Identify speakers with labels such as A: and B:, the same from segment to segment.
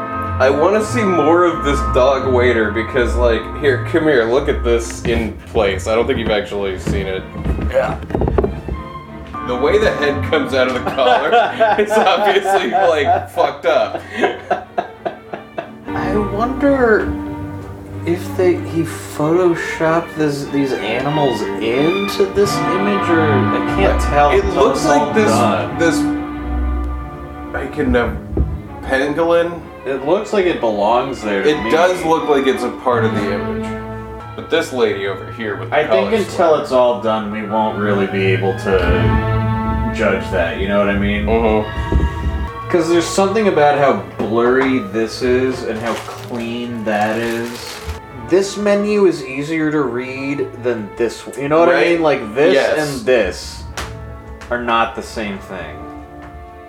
A: I want to see more of this dog waiter because, like, here, come here, look at this in place. I don't think you've actually seen it.
B: Yeah.
A: The way the head comes out of the collar is obviously, like, fucked up.
B: I wonder if they he photoshopped this, these animals into this image, or I can't tell.
A: It
B: until
A: looks
B: it's all
A: like this,
B: done.
A: this, I can, uh, pangolin.
B: It looks like it belongs there. to
A: It
B: me.
A: does look like it's a part of the image. But this lady over here with the
C: I think
A: collar
C: until it's all done, we won't really be able to judge that. You know what I mean?
A: Mhm.
B: Because there's something about how blurry this is and how clean that is. This menu is easier to read than this. You know what I
A: Right?
B: mean? Like this
A: Yes.
B: and this are not the same thing.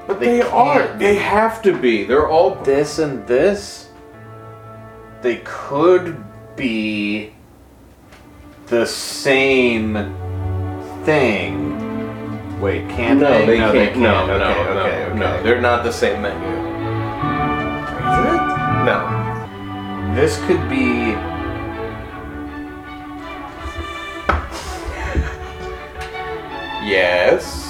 A: But
B: They
A: they, are.
B: can't.
A: They have to be. They're all.
B: This and this, they could be the same thing. Wait, can they?
A: no, they can't. No, no,
B: okay,
A: no,
B: okay, okay.
A: no. They're not the same menu. No.
B: This could be.
A: Yes.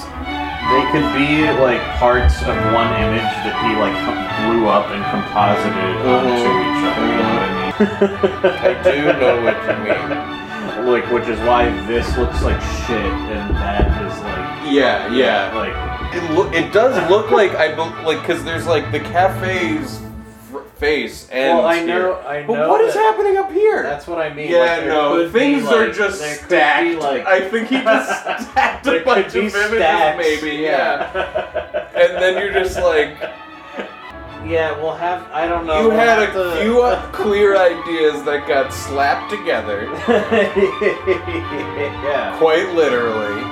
C: They could be like parts of one image that he like com- blew up and composited onto
A: Mhm.
C: each other. You know what I mean?
A: I do know what you
C: Like, which is why this looks like shit and that is like
A: mean. Yeah, yeah.
C: like
A: It lo- it does look like I be- like because there's like the cafe's f- face and.
C: Well, I know, I know.
A: But what is
C: that-
A: happening up here?
C: That's what I mean.
A: yeah,
C: like, there
A: no.
C: could be,
A: Things
C: like-
A: are just
C: there could be,
A: stacked.
C: like,
A: I think he just stacked
C: there
A: a
C: could
A: bunch of
C: be
A: images,
C: stacks.
A: maybe. Yeah. and then you're just like,
C: yeah, we'll have. I don't know.
A: you
C: we'll
A: had a
C: have to-
A: few uh, clear ideas that got slapped together,
C: yeah.
A: quite literally.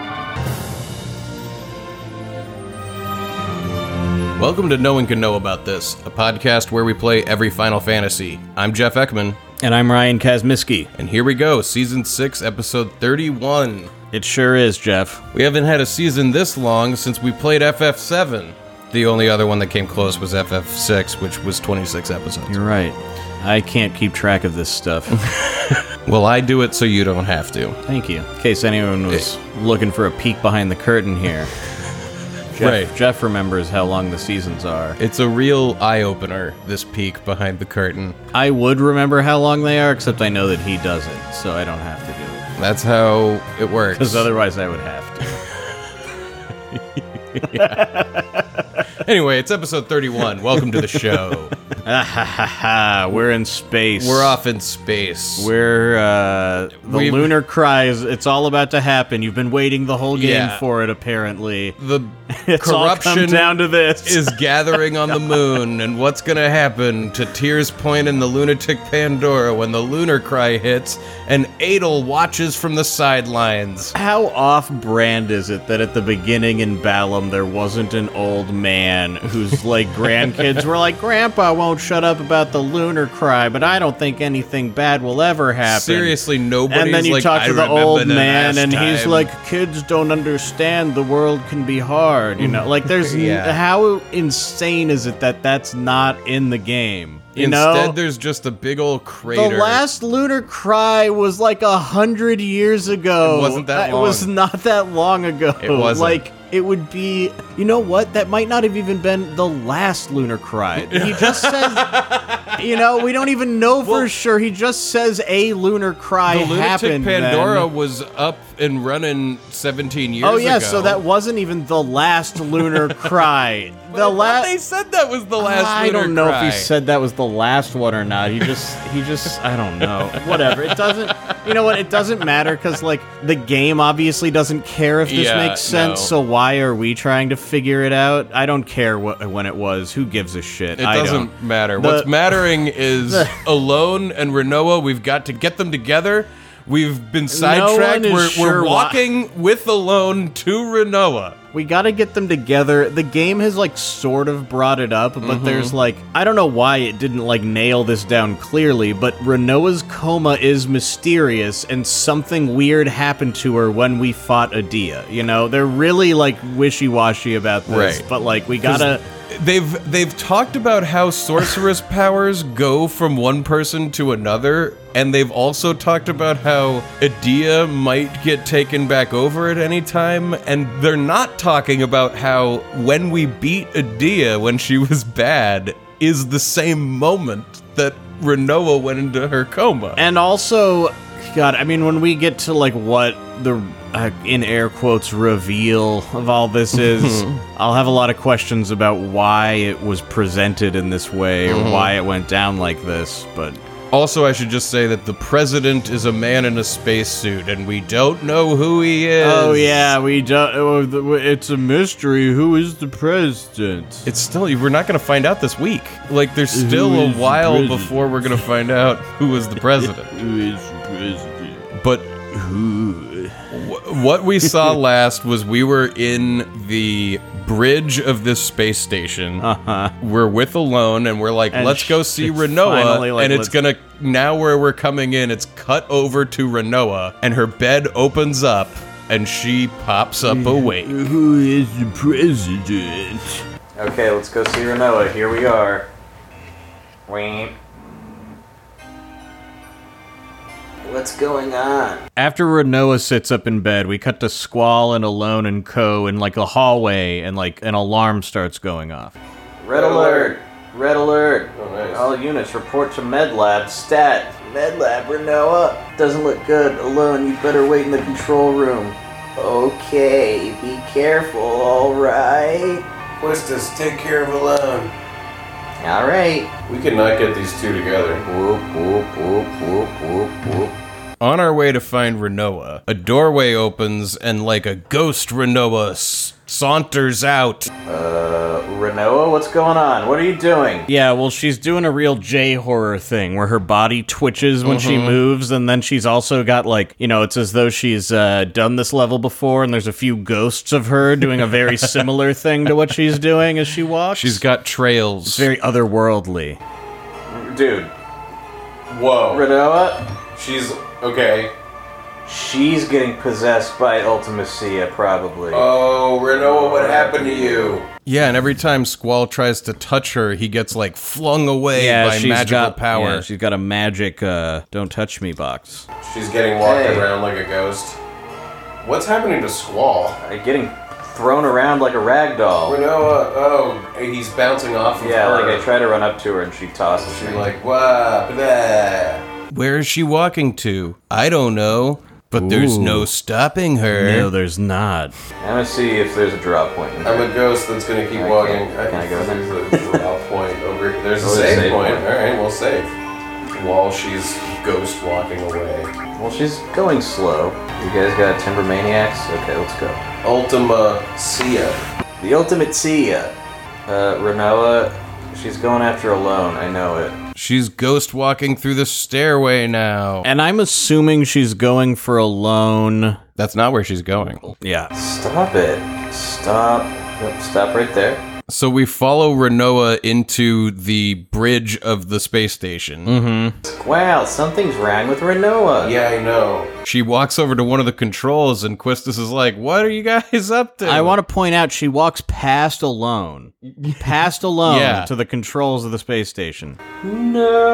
A: Welcome to No One Can Know About This, a podcast where we play every Final Fantasy. I'm Jeff Ekman,
D: And I'm Ryan Kazmiski.
A: and here we go, Season 6, Episode 31.
D: It sure is, Jeff.
A: We haven't had a season this long since we played FF7. The only other one that came close was FF6, which was 26 episodes.
D: You're right. I can't keep track of this stuff.
A: Well, I do it so you don't have to.
D: Thank you. In case anyone was looking for a peek behind the curtain here, Jeff,
A: Right.
D: Jeff remembers how long the seasons are.
A: It's a real eye opener, this peek behind the curtain.
D: I would remember how long they are, except I know that he doesn't, so I don't have to do it.
A: That's how it works.
D: Because otherwise, I would have to.
A: Anyway, it's episode 31. Welcome to the show.
D: Ah, ha, ha, ha. We're in space.
A: We're off in space.
D: We're uh, the
A: We've-
D: lunar cries. It's all about to happen. You've been waiting the whole game
A: Yeah.
D: for it, apparently.
A: the
D: It's all
A: corruption
D: come down to this.
A: is gathering on the moon, and what's going to happen to Tears Point and the lunatic Pandora when the lunar cry hits and Adel watches from the sidelines?
D: How off brand is it that at the beginning in Balam there wasn't an old man whose like grandkids were like, Grandpa won't shut up about the lunar cry, but I don't think anything bad will ever happen.
A: Seriously, nobody's
D: And then you
A: like,
D: talk
A: "I
D: to the
A: remember
D: old
A: the
D: man,
A: last
D: and he's
A: time."
D: like, "Kids don't understand. The world can be hard." You know, like there's n-
A: Mm. Yeah.
D: how insane is it that that's not in the game? You
A: Instead,
D: know,
A: there's just a big old
D: the
A: crater.
D: last lunar cry was like a hundred years ago.
A: It wasn't that
D: It was
A: long.
D: not that long ago.
A: It wasn't.
D: Like it would be. You know what? That might not have even been the last lunar cry. He just says. you know, we don't even know for sure. He just says a lunar cry
A: the lunatic
D: happened. then.
A: Pandora was up and running 17 years ago.
D: Oh yeah, so that wasn't even the last lunar cry. the last.
A: they said that was the last.
D: I don't know if he said that was the last one or not. He just he just I don't know. Whatever. It doesn't you know what? It doesn't matter cuz like the game obviously doesn't care if this
A: Yeah,
D: makes sense.
A: no.
D: So why are we trying to figure it out? I don't care what when it was. Who gives a shit?
A: It
D: I
A: doesn't
D: don't.
A: matter.
D: The-
A: What's mattering is
D: The-
A: Alone and Renoa. We've got to get them together. We've been sidetracked.
D: one is
A: we're,
D: sure
A: we're
D: why-
A: walking with Alone to Renoa.
D: We got to get them together. The game has like sort of brought it up, but there's like I don't know why it didn't like nail this down clearly, but Renoa's coma is mysterious and something weird happened to her when we fought Adia. You know, they're really like wishy-washy about this,
A: Right.
D: but like we got to
A: they've they've talked about how sorceress powers go from one person to another, and they've also talked about how Adia might get taken back over at any time, and they're not talking about how when we beat Adia when she was bad is the same moment that Renoa went into her coma.
D: And also, God, I mean, when we get to like what the uh, in air quotes reveal of all this is, I'll have a lot of questions about why it was presented in this way or why it went down like this. But
A: Also, I should just say that the president is a man in a spacesuit, and we don't know who he is.
D: oh yeah, we don't. oh, the- It's a mystery. Who is the president?
A: It's still, we're not going to find out this week. Like, there's still
D: Who
A: a
D: is the
A: while
D: president?
A: before we're going to find out who was the president.
D: Who is the president?
A: But wh- what we saw last was we were in the bridge of this space station.
D: Uh-huh.
A: We're with alone, and we're like,
D: And
A: let's
D: sh-
A: go see
D: it's
A: Renoa.
D: finally, like,
A: and it's
D: let's-
A: going to, now where we're coming in, it's cut over to Renoa, and her bed opens up, and she pops up awake.
D: Who is the president?
E: Okay, let's go see Renoa. Here we are. Wait. What's going on?
D: After Renoa sits up in bed, we cut to Squall and Alone and Co. in like a hallway, and like an alarm starts going off.
E: Red alert! Oh, Red alert!
A: nice.
E: All units report to MedLab. Stat. MedLab, Renoa. Doesn't look good. Alone, you better wait in the control room. Okay, be careful, alright?
A: Quistis, take care of Alone.
E: Alright.
A: We cannot get these two together.
E: Whoop, whoop, whoop, whoop, whoop, whoop.
A: On our way to find Renoa, a doorway opens and, like a ghost, Renoa s- saunters out.
E: Uh, Renoa, what's going on? What are you doing?
D: Yeah, well, she's doing a real J horror thing where her body twitches when she moves, and then she's also got like, you know, it's as though she's uh, done this level before, and there's a few ghosts of her doing a very similar thing to what she's doing as she walks.
A: She's got trails.
D: very otherworldly.
E: Dude,
F: Whoa.
E: Renoa,
F: She's okay.
E: she's getting possessed by Ultimacia, probably.
F: Oh, Renoa, what happened to you?
A: yeah, and every time Squall tries to touch her, he gets, like, flung away by
D: she's
A: magical
D: got
A: power.
D: yeah, she's got a magic uh, "Don't touch me" box.
F: She's getting walked
E: Hey.
F: around like a ghost. What's happening to Squall?
E: Uh, Getting thrown around like a rag doll.
F: Renoa, oh, he's bouncing off of
E: Yeah,
F: her.
E: like I try to run up to her and she tosses
F: Uh, She's
E: me.
F: like, wah, blah.
A: Where is she walking to? I don't know. But there's
D: Ooh.
A: no stopping her.
D: No, there's not.
E: I'm gonna see if there's a drop point.
F: I'm a ghost that's gonna keep
E: I
F: walking.
E: can't- can I go
F: there's a drop point over here. There's a
E: Oh,
F: save, point. Alright, we'll save. While she's ghost walking away.
E: Well, she's going slow. You guys got Timber Maniacs? Okay, let's go.
F: Ultima Sia.
E: The Ultimate Sia. Uh, Renoa, she's going after alone. I know it.
A: She's ghost walking through the stairway now.
D: And I'm assuming she's going for a loan.
A: That's not where she's going.
D: Yeah.
E: Stop it. Stop. Yep, stop right there.
A: So we follow Renoa into the bridge of the space station.
E: Wow, something's wrong with Renoa.
F: Yeah, I know.
A: She walks over to one of the controls, and Quistis is like, "What are you guys up to?"
D: I want to point out she walks past alone, past alone
A: Yeah.
D: to the controls of the space station.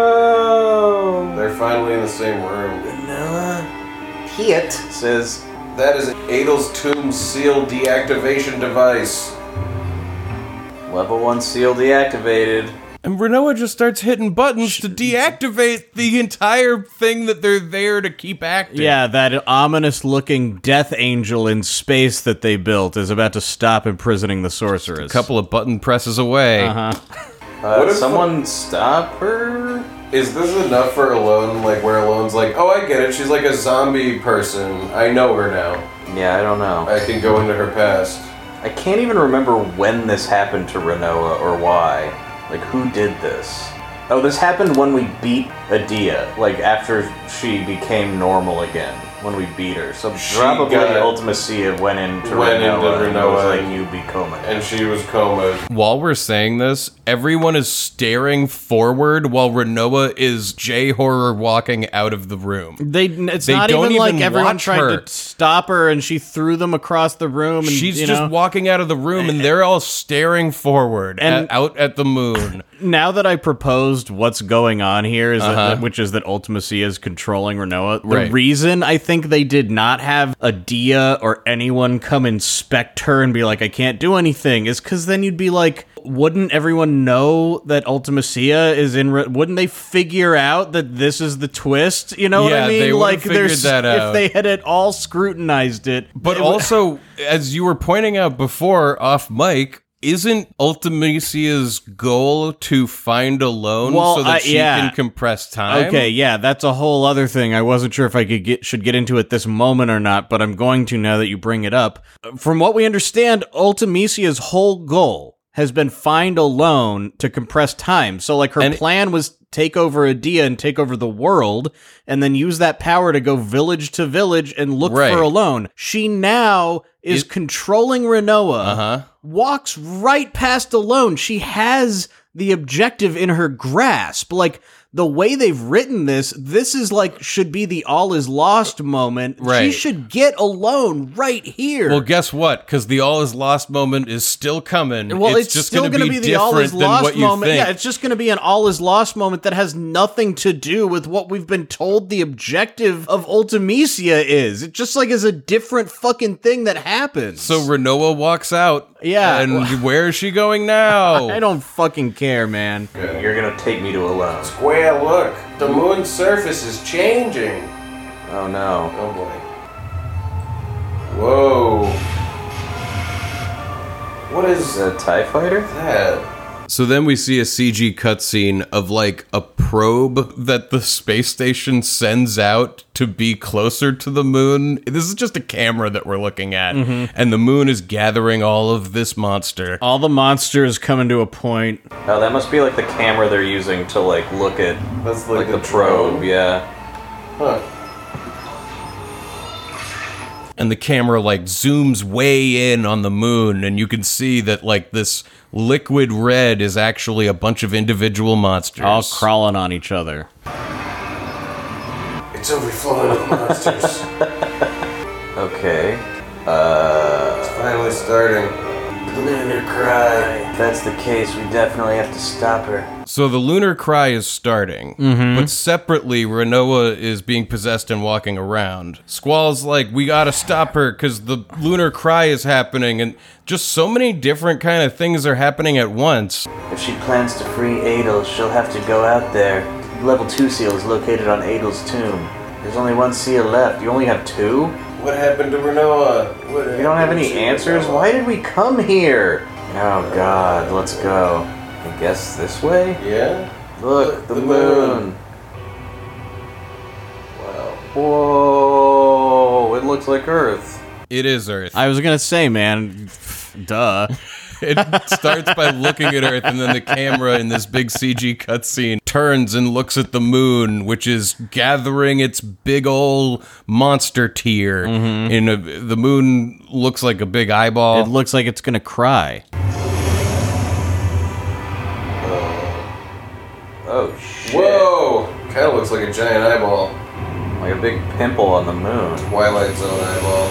E: No.
F: They're finally in the same room.
E: Renoa. Piet says,
F: That is Adel's Tomb Seal Deactivation Device.
E: level one seal deactivated.
A: And Renoa just starts hitting buttons to deactivate the entire thing that they're there to keep active.
D: Yeah, that ominous looking death angel in space that they built is about to stop imprisoning the sorceress.
A: a couple of button presses away.
D: Uh-huh.
E: Uh,
F: if-
E: someone stop her?
F: Is this enough for Alone? Like, where Alone's like, oh, I get it. She's like a zombie person. I know her now.
E: Yeah, I don't know.
F: I can go into her past.
E: I can't even remember when this happened to Renoa or why. Like, who did this? Oh, this happened when we beat Adia, like, after she became normal again. when we beat her. So
A: She
E: probably
A: got-
E: Ultima Sia went into
A: Went into
E: Renoa and was
A: Renoa
E: like,
A: and-
E: you be coma.
A: and she was coma. While we're saying this, everyone is staring forward while Renoa is J horror walking out of the room.
D: They it's
A: They
D: not
A: don't
D: even like
A: even
D: everyone
A: watch
D: tried
A: her.
D: to stop her and she threw them across the room and
A: She's
D: you
A: just
D: know.
A: walking out of the room, and they're all staring forward and
D: And-
A: out at the moon.
D: now that I proposed what's going on here is that, which is that Ultimacy is controlling Renoa. The
A: Right.
D: reason I think they did not have a Dia or anyone come inspect her and be like, I can't do anything, is because then you'd be like, wouldn't everyone know that Ultimacia is in? Re- wouldn't they figure out that this is the twist? You know what
A: Yeah,
D: I mean?
A: they would've
D: like,
A: figured
D: there's-
A: that out.
D: if they had at all scrutinized it.
A: But
D: it would-
A: also, as you were pointing out before off mic, isn't Ultimacia's goal to find a loan
D: Well,
A: so that
D: I-
A: she
D: yeah.
A: can compress time?
D: Okay, yeah, that's a whole other thing. I wasn't sure if I could get should get into it this moment or not, but I'm going to now that you bring it up. From what we understand, Ultimisia's whole goal has been find a loan to compress time. So like her
A: And-
D: plan was take over Adia and take over the world and then use that power to go village to village and look
A: Right.
D: for a loan. She now is controlling Renoa
A: Uh huh.
D: walks right past alone. She has the objective in her grasp. Like the way they've written this, this is like should be the all is lost moment. She
A: Right.
D: should get alone right here.
A: Well, guess what? Because the all is lost moment is still coming.
D: Well, it's,
A: just
D: still
A: going to be,
D: the all is
A: different than
D: lost
A: what you
D: moment.
A: think.
D: Yeah, it's just going to be an all is lost moment that has nothing to do with what we've been told the objective of Ultimisia is. It just like is a different fucking thing that happens.
A: so Renoa walks out.
D: Yeah.
A: And where is she going now?
D: I don't fucking care, man.
E: You're gonna take me to a loan.
G: Square, look. The moon's surface is changing.
E: Oh no.
G: Oh boy. Whoa. What
E: Is
G: is
E: that a TIE fighter?
G: that?
A: So then we see a CG cutscene of like a probe that the space station sends out to be closer to the moon. This is just a camera that we're looking at, and the moon is gathering all of this monster.
D: All the monsters coming to a point
E: Oh, that must be like the camera they're using to like look at
G: That's
E: like, the probe, yeah.
G: Huh.
A: And the camera like zooms way in on the moon, and you can see that like this liquid red is actually a bunch of individual monsters.
D: all crawling on each other.
G: It's overflowing with monsters. it's
E: Okay. uh,
G: finally starting. The lunar cry.
E: If that's the case, we definitely have to stop her.
A: So the lunar cry is starting, but separately, Renoa is being possessed and walking around. Squall's like, "We gotta stop her because the lunar cry is happening," and just so many different kind of things are happening at once.
E: If she plans to free Adel, she'll have to go out there. Level 2 seal is located on Adel's tomb. There's only one seal left. You only have two?
G: What happened to Renoa? What
E: You don't have any answers? Why did we come here? Oh god, let's go. I guess this way?
G: Yeah?
E: Look, the,
G: The
E: moon.
G: moon. Wow.
E: Whoa, it looks like Earth.
A: It is Earth.
D: I was gonna say, man, duh.
A: It starts by looking at Earth, and then the camera in this big CG cutscene turns and looks at the moon, which is gathering its big old monster tear. In a, the moon looks like a big eyeball.
D: Mm-hmm. It looks like it's gonna cry.
E: Oh shit.
G: Whoa! Kinda looks like a giant eyeball.
E: Like a big pimple on the moon.
G: Twilight Zone eyeball.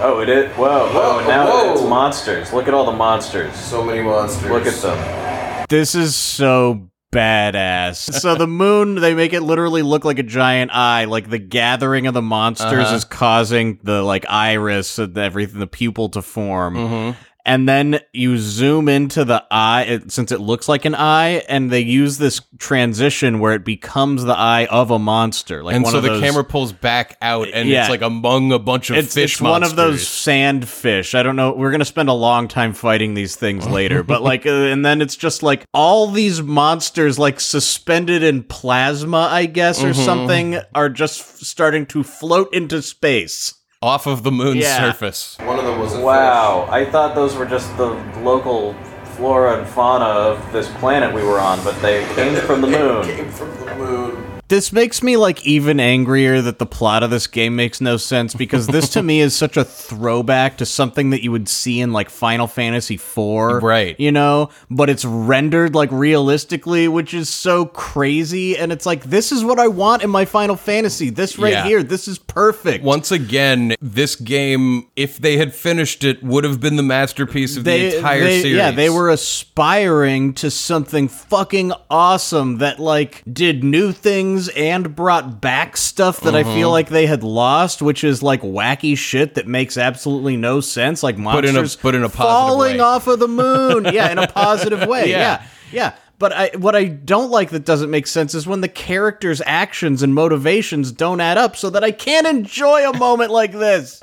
E: Oh, it is? Whoa, whoa,
G: Whoa,
E: now
G: whoa.
E: it's monsters. Look at all the monsters.
G: So many monsters.
E: Look at them.
D: This is so badass. So the moon, they make it literally look like a giant eye. Like the gathering of the monsters
A: Uh-huh.
D: is causing the like iris and everything, the pupil to form.
E: Mm-hmm.
D: And then you zoom into the eye, it, since it looks like an eye, and they use this transition where it becomes the eye of a monster. Like
A: and
D: one
A: so
D: of
A: the
D: those-
A: camera pulls back out, and
D: Yeah.
A: it's like among a bunch of
D: it's,
A: fish
D: it's one of those
A: monsters.
D: sand fish i don't know we're gonna spend a long time fighting these things later but like uh, and then it's just like all these monsters like suspended in plasma i guess
A: Mm-hmm,
D: or something are just f- starting to float into space
A: off of the moon's
D: Yeah.
A: surface.
G: One of them was a
E: Wow, I thought those were just the local flora and fauna of this planet we were on, but they came from the
G: fish.
E: moon.
G: Came from the moon.
D: this makes me like even angrier that the plot of this game makes no sense because this to me is such a throwback to something that you would see in like Final Fantasy IV,
H: Right.
D: You know, but it's rendered like realistically, which is so crazy. And it's like this is what I want in my Final Fantasy. This right
H: Yeah.
D: here, this is perfect.
H: Once again, this game, if they had finished it, would have been the masterpiece of the entire
D: they-
H: series.
D: Yeah, they were aspiring to something fucking awesome that like did new things and brought back stuff that I
H: Mm-hmm.
D: feel like they had lost, which is like wacky shit that makes absolutely no sense, like
H: in a-
D: monsters
H: but in a positive
D: falling
H: way.
D: off of the moon. yeah, in a positive way.
H: Yeah.
D: yeah. Yeah, but I what I don't like that doesn't make sense is when the characters' actions and motivations don't add up so that I can't enjoy a moment like this.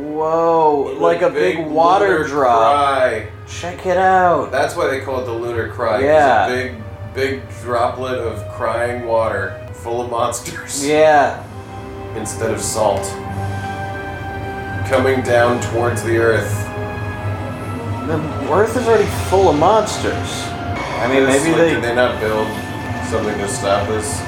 E: Whoa, like a big, water
A: lunar
E: drop.
A: Cry.
E: Check it out.
A: That's why they call it the lunar cry. 'cause
E: Yeah.
A: A big, big droplet of crying water full of monsters
E: Yeah.
A: instead of salt coming down towards the earth.
E: The Earth is already full of monsters. I mean,
A: It's
E: maybe
A: like,
E: they.
A: Did they not build something to stop this?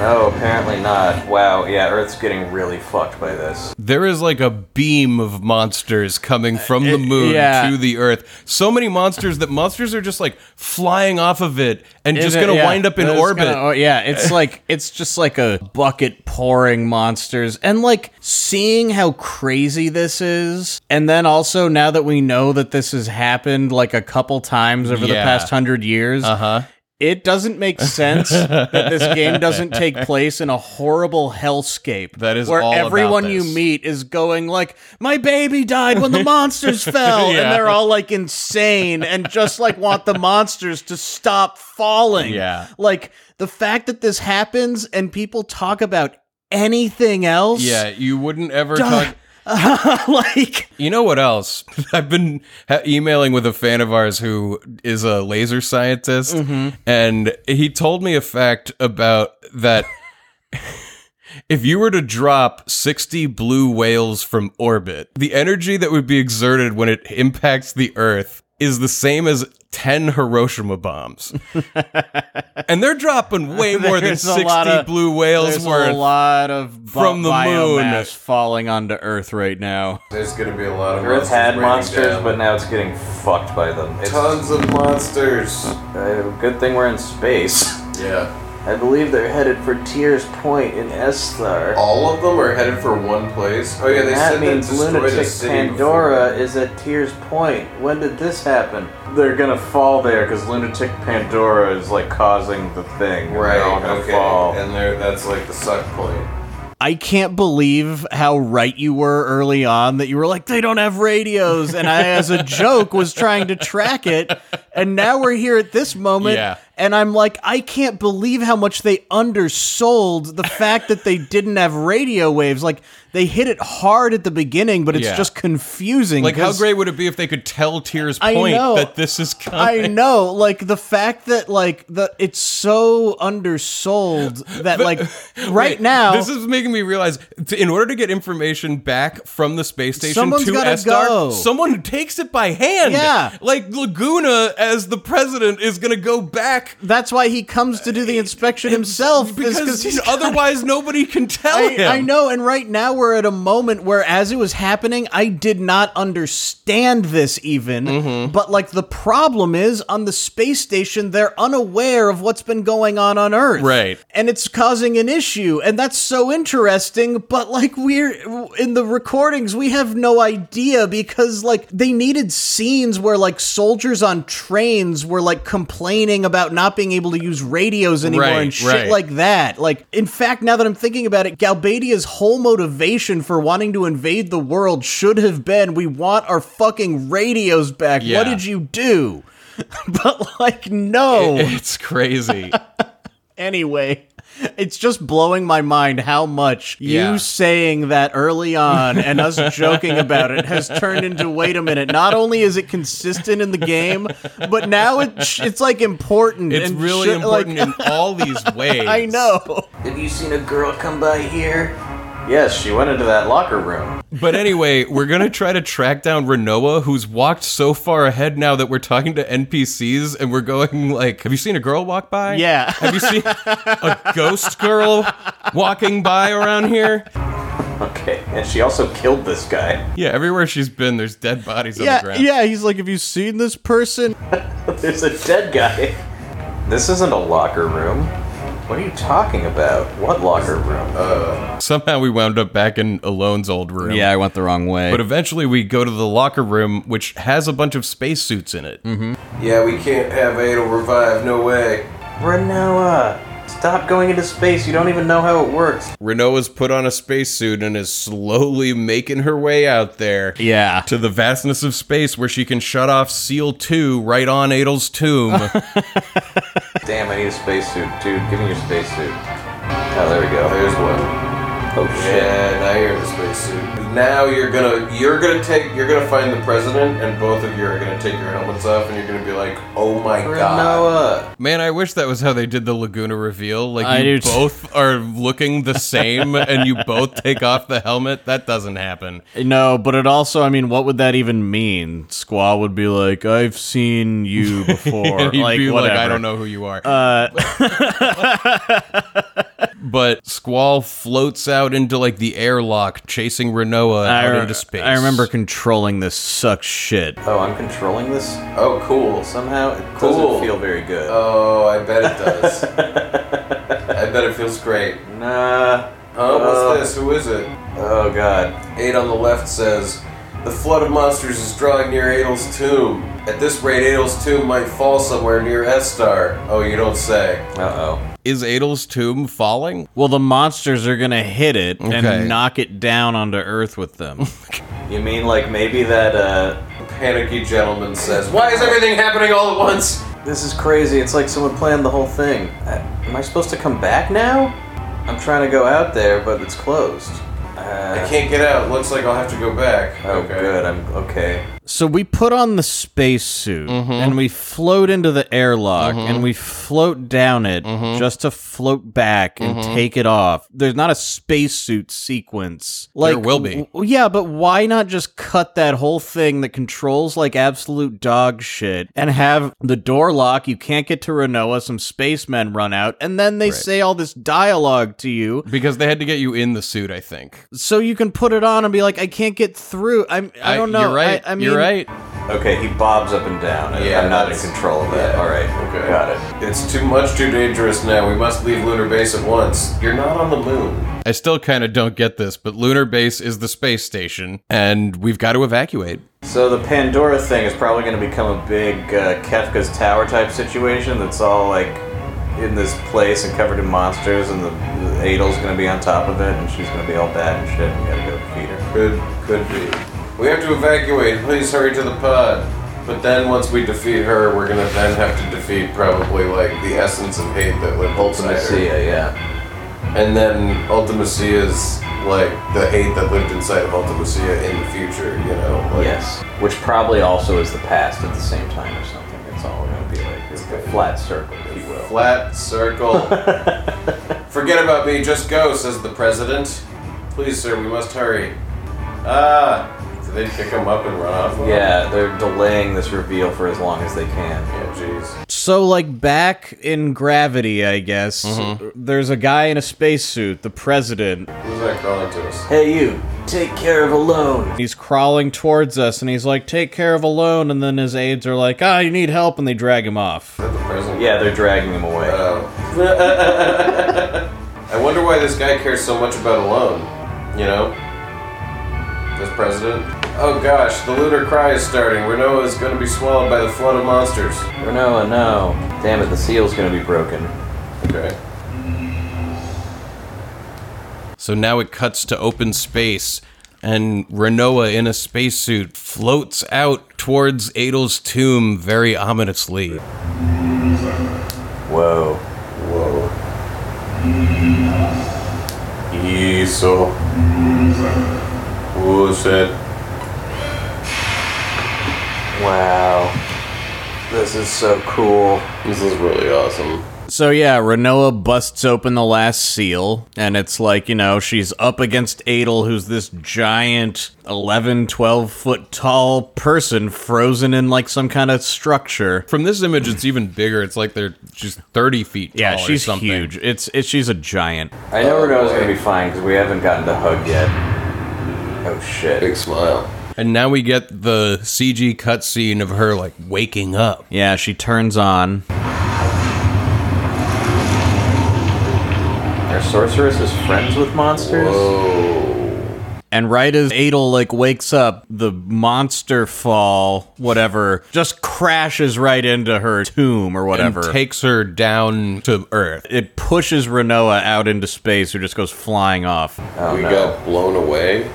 E: No, apparently not. Wow, yeah, Earth's getting really fucked by this.
H: There is like a beam of monsters coming from the moon
D: Uh, yeah.
H: to the earth. So many monsters that monsters are just like flying off of it and just
D: Is it-
H: going to
D: yeah.
H: wind up in
D: It's
H: orbit.
D: gonna- oh, yeah, it's like it's just like a bucket pouring monsters, and like seeing how crazy this is, and then also now that we know that this has happened like a couple times over the
H: Yeah.
D: past hundred years,
H: uh-huh.
D: it doesn't make sense that this game doesn't take place in a horrible hellscape.
H: That is
D: where
H: all about
D: everyone you
H: this.
D: meet is going like, "My baby died when the monsters fell,"
H: Yeah.
D: and they're all like insane and just like want the monsters to stop falling.
H: Yeah.
D: like the fact that this happens and people talk about anything else.
H: Yeah, you wouldn't ever
D: Duh.
H: talk
D: like
H: You know what else? I've been ha- emailing with a fan of ours who is a laser scientist,
D: Mm-hmm.
H: and he told me a fact about that. if you were to drop 60 blue whales from orbit, the energy that would be exerted when it impacts the Earth is the same as 10 Hiroshima bombs. and they're dropping way more than
D: There's a
H: 60
D: lot of-
H: blue
D: there's
H: whales
D: a
H: worth.
D: lot of bi-
H: from the moon.
D: biomass falling onto Earth right now.
A: There's gonna be a lot of
E: Earth
A: monsters.
E: had
A: raining
E: monsters,
A: down.
E: but now it's getting fucked by them. It's
A: tons of monsters.
E: uh, good thing we're in space.
A: Yeah.
E: I believe they're headed for Tears Point in Esthar.
A: All of them are headed for one place. Oh yeah, they
E: that
A: said
E: means
A: they destroyed a
E: lunatic
A: city
E: Pandora is at Tears Point. When did this happen? They're gonna fall there because lunatic Pandora is like causing the thing.
A: before.
E: They're all gonna
A: Right. Okay.
E: fall.
A: And they're, that's like the suck point.
D: I can't believe how right you were early on that you were like, they don't have radios. And I, as a joke, was trying to track it. And now we're here at this moment.
H: Yeah.
D: And I'm like, I can't believe how much they undersold the fact that they didn't have radio waves. Like, they hit it hard at the beginning, but it's
H: Yeah.
D: just confusing.
H: Like, how
D: 'cause-
H: great would it be if they could tell Tears
D: I
H: Point
D: know.
H: that this is coming?
D: I know, like the fact that like the it's so undersold that like right
H: Wait,
D: now
H: this is making me realize t- in order to get information back from the space station
D: Someone's
H: to
D: gotta
H: Estar,
D: go.
H: someone takes it by hand.
D: Yeah.
H: like Laguna as the president is gonna go back
D: That's why he comes to do the inspection himself. is
H: because
D: he's-
H: otherwise nobody can tell
D: I,
H: him.
D: I know, and right now we're at a moment where, as it was happening, I did not understand this even.
H: Mm-hmm.
D: But like the problem is, on the space station, they're unaware of what's been going on on Earth,
H: Right.
D: And it's causing an issue, and that's so interesting. But like we're in the recordings, we have no idea because like they needed scenes where like soldiers on trains were like complaining about not being able to use radios anymore
H: Right,
D: and shit
H: right.
D: like that. Like, in fact, now that I'm thinking about it, Galbadia's whole motivation for wanting to invade the world should have been we want our fucking radios back.
H: Yeah.
D: What did you do? but, like, no.
H: It's crazy.
D: anyway. It's just blowing my mind how much
H: Yeah.
D: you saying that early on and us joking about it has turned into wait a minute. Not only is it consistent in the game, but now it's it's like important.
H: It's
D: and
H: really
D: shit, like-
H: important in all these ways.
D: I know.
E: Have you seen a girl come by here? Yes, she went into that locker room.
H: But anyway, we're gonna try to track down Renoa, who's walked so far ahead now that we're talking to NPCs and we're going like, "Have you seen a girl walk by?
D: Yeah.
H: Have you seen a ghost girl walking by around here?
E: Okay, and she also killed this guy.
H: Yeah, everywhere she's been, there's dead bodies on the
D: Yeah,
H: ground.
D: yeah. He's like, have you seen this person?
E: There's a dead guy. This isn't a locker room. What are you talking about? What locker room?
H: Somehow we wound up back in Alone's old room.
I: Yeah, I went the wrong way.
H: But eventually we go to the locker room, which has a bunch of spacesuits in it.
D: Mm-hmm.
A: Yeah, we can't have Adel revive, no way.
E: Renoa, stop going into space. You don't even know how it works.
H: Renoa's put on a spacesuit and is slowly making her way out there.
I: yeah.
H: to the vastness of space where she can shut off Seal 2 right on Adel's tomb.
E: Damn, I need a spacesuit, dude. Give me your spacesuit. Oh, there we go.
A: There's one.
E: Oh shit.
A: Yeah, now you're in the spacesuit. Now you're gonna you're gonna take you're gonna find the president, and both of you are gonna take your helmets off, and you're gonna be like, oh my god.
E: Renoa.
H: Man, I wish that was how they did the Laguna reveal. Like,
D: I
H: you
D: do too.
H: both are looking the same and you both take off the helmet. That doesn't happen.
D: No, but it also, I mean, what would that even mean? Squaw would be like, I've seen you before.
H: And he'd
D: like,
H: be
D: whatever.
H: like, I don't know who you are. Uh... but Squall floats out into, like, the airlock, chasing Renoa
D: I,
H: out
D: re-
H: into space.
D: I remember controlling this sucks shit.
E: Oh, I'm controlling this
A: Oh, cool.
E: somehow. It
A: Cool.
E: doesn't feel very good.
A: Oh, I bet it does. I bet it feels great.
E: nah.
A: Huh?
E: Uh.
A: What's this? Who is it?
E: Oh god.
A: Eight on the left says, The flood of monsters is drawing near Adel's tomb. At this rate, Adel's tomb might fall somewhere near Estar. Oh, you don't say.
E: Uh oh.
H: Is Adel's tomb falling?
D: Well, the monsters are gonna hit it
H: Okay.
D: and knock it down onto Earth with them.
E: You mean like maybe that, uh.
A: Panicky gentleman says, Why is everything happening all at once?
E: This is crazy. It's like someone planned the whole thing. Uh, am I supposed to come back now? I'm trying to go out there, but it's closed. Uh,
A: I can't get out. Looks like I'll have to go back.
E: Oh, good. I'm okay.
D: so we put on the spacesuit
H: Mm-hmm.
D: and we float into the airlock and we float down it
H: Mm-hmm.
D: just to float back and take it off. There's not a spacesuit sequence. Like
H: will be.
D: w- yeah, but why not just cut that whole thing that controls like absolute dog shit and have the door lock? You can't get to Renoa. Some spacemen run out and then they say all this dialogue to you
H: Because they had to get you in the suit, I think.
D: so you can put it on and be like, I can't get through. I'm, I don't know.
H: You're right.
D: I, I mean,
H: you're right.
E: Okay, he bobs up and down. I-
A: Yeah,
E: I'm not in
A: that's-
E: control of that.
A: yeah.
E: All right,
A: Okay.
E: got it.
A: It's too much too dangerous now. We must leave Lunar Base at once. You're not on the moon.
H: I still kind of don't get this, but Lunar Base is the space station, and we've got to evacuate.
E: So the Pandora thing is probably going to become a big uh, Kefka's Tower type situation. That's all like in this place and covered in monsters, and the, the Adel's going to be on top of it, and she's going to be all bad and shit. We gotta go feed her.
A: Could, could be. We have to evacuate. Please hurry to the pod. But then once we defeat her, we're gonna then have to defeat probably like the essence of hate that lives inside
E: I
A: her.
E: see ya, yeah.
A: And then Ultimacia is like the hate that lived inside of Ultimacia in the future, you know? Like,
E: Yes, which probably also is the past at the same time or something. It's all going to be like it's a flat circle, if you will.
A: Flat circle. Forget about me, just go, says the president. Please, sir, we must hurry. Ah! Did they pick him up and run off? with him?
E: Yeah, they're delaying this reveal for as long as they can.
A: Yeah, Oh, jeez.
D: so like back in gravity, I guess. There's a guy in a spacesuit, the president.
A: Who's that crawling to us?
E: Hey, you, take care of alone.
D: He's crawling towards us, and he's like, "Take care of alone." And then his aides are like, "Ah, you need help," and they drag him off.
A: Is that the president?
E: Yeah, they're dragging him away.
A: Oh. Uh, I wonder why this guy cares so much about Alone. You know? This president? Oh gosh, the lunar cry is starting. Renoa is going to be swallowed by the flood of monsters.
E: Renoa, no. Damn it, the seal's gonna be broken.
A: Okay.
H: So now it cuts to open space, and Renoa in a spacesuit floats out towards Adel's tomb very ominously.
E: Whoa.
A: Whoa. Eso. Who's it?
E: Wow. This is so cool.
A: This is really awesome.
D: So yeah, Renoa busts open the last seal, and it's like, you know, she's up against Adel, who's this giant 11, 12 foot tall person frozen in like some kind of structure.
H: From this image, it's even bigger. It's like they're she's thirty feet. Tall
D: Yeah,
H: or
D: she's
H: something.
D: huge. It's it, she's a giant.
E: I know
A: Oh,
E: Reno's gonna be fine because we haven't gotten to hug yet. Oh shit.
A: Big smile.
H: And now we get the CG cutscene of her like waking up.
D: Yeah, she turns on.
E: Our sorceress is friends with monsters.
A: Whoa.
D: And right as Adel like wakes up, the monster fall, whatever, just crashes right into her tomb or whatever.
H: And takes her down to Earth.
D: it pushes Renoa out into space, who just goes flying off.
E: Oh,
A: we got blown away.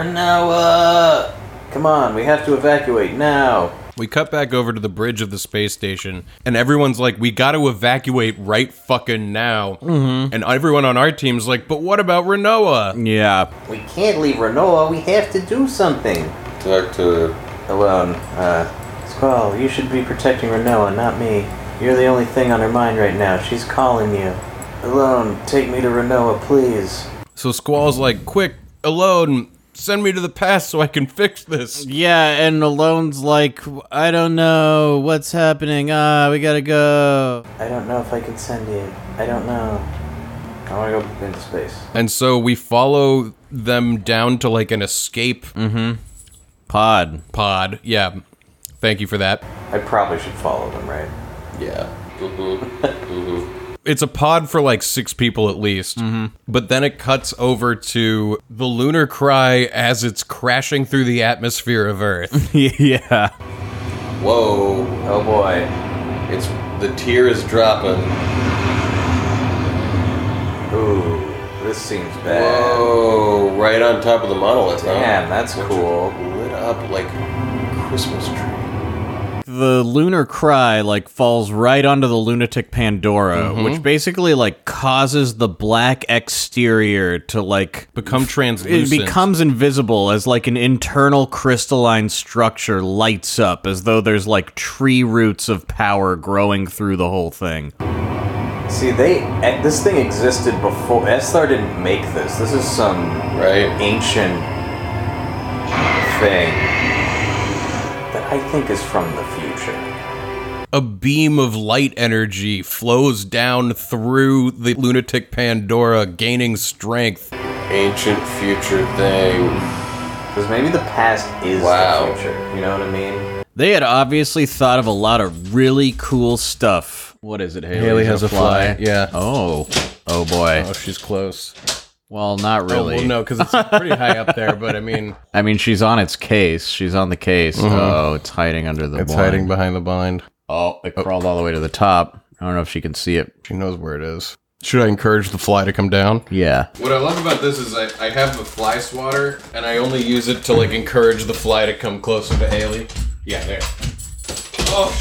E: Renoa! Come on, we have to evacuate now.
H: We cut back over to the bridge of the space station, and everyone's like, "We got to evacuate right fucking now." Mm-hmm. And everyone on our team's like, "But what about Renoa?"
D: Yeah,
E: We can't leave Renoa, we have to do something.
A: Talk to
E: Alone, uh, Squall, you should be protecting Renoa, not me. You're the only thing on her mind right now. She's calling you. Alone, take me to Renoa, please.
H: So Squall's like, "Quick, alone, send me to the past so I can fix this."
D: yeah, and Alone's like, I don't know what's happening. Ah, we gotta go.
E: I don't know if I can send you. I don't know. I want to go into space.
H: And so we follow them down to like an escape
D: Pod.
H: pod. Yeah, thank you for that.
E: I probably should follow them, right?
A: yeah. Mm-hmm. mm-hmm.
H: it's a pod for like six people at least. But then it cuts over to the lunar cry as it's crashing through the atmosphere of Earth.
D: yeah.
A: Whoa.
E: Oh boy.
A: It's the tear is dropping.
E: Ooh, this seems bad.
A: Whoa! Right on top of the monolith. Huh?
E: Damn, that's
A: Which
E: cool.
A: Lit up like a Christmas tree.
D: The lunar cry like falls right onto the lunatic Pandora,
H: Mm-hmm.
D: which basically like causes the black exterior to like
H: Become
D: it
H: translucent.
D: becomes invisible as like an internal crystalline structure lights up as though there's like tree roots of power growing through the whole thing.
E: See, they eh, this thing existed before. Esthar didn't make this. This is some
A: Right?
E: ancient thing that I think is from the future.
H: a beam of light energy flows down through the lunatic Pandora, gaining strength.
A: Ancient future thing.
E: Because maybe the past is
A: Wow.
E: the future. You know what I mean?
D: They had obviously thought of a lot of really cool stuff. What is it, Haley?
H: Haley
D: Is it
H: has a fly, yeah.
D: Oh. Oh boy.
H: Oh, she's close.
D: Well, not
H: Oh,
D: really.
H: well, no, because it's pretty high up there, but I mean,
D: I mean, she's on its case. She's on the case. Oh, it's hiding under the
H: Mm-hmm. it's
D: blind.
H: hiding behind the blind.
D: Oh, it crawled all the way to the top. I don't know if she can see it.
H: She knows where it is. Should I encourage the fly to come down?
D: Yeah.
H: What I love about this is I, I have the fly swatter, and I only use it to like encourage the fly to come closer to Haley. Yeah, there. Oh,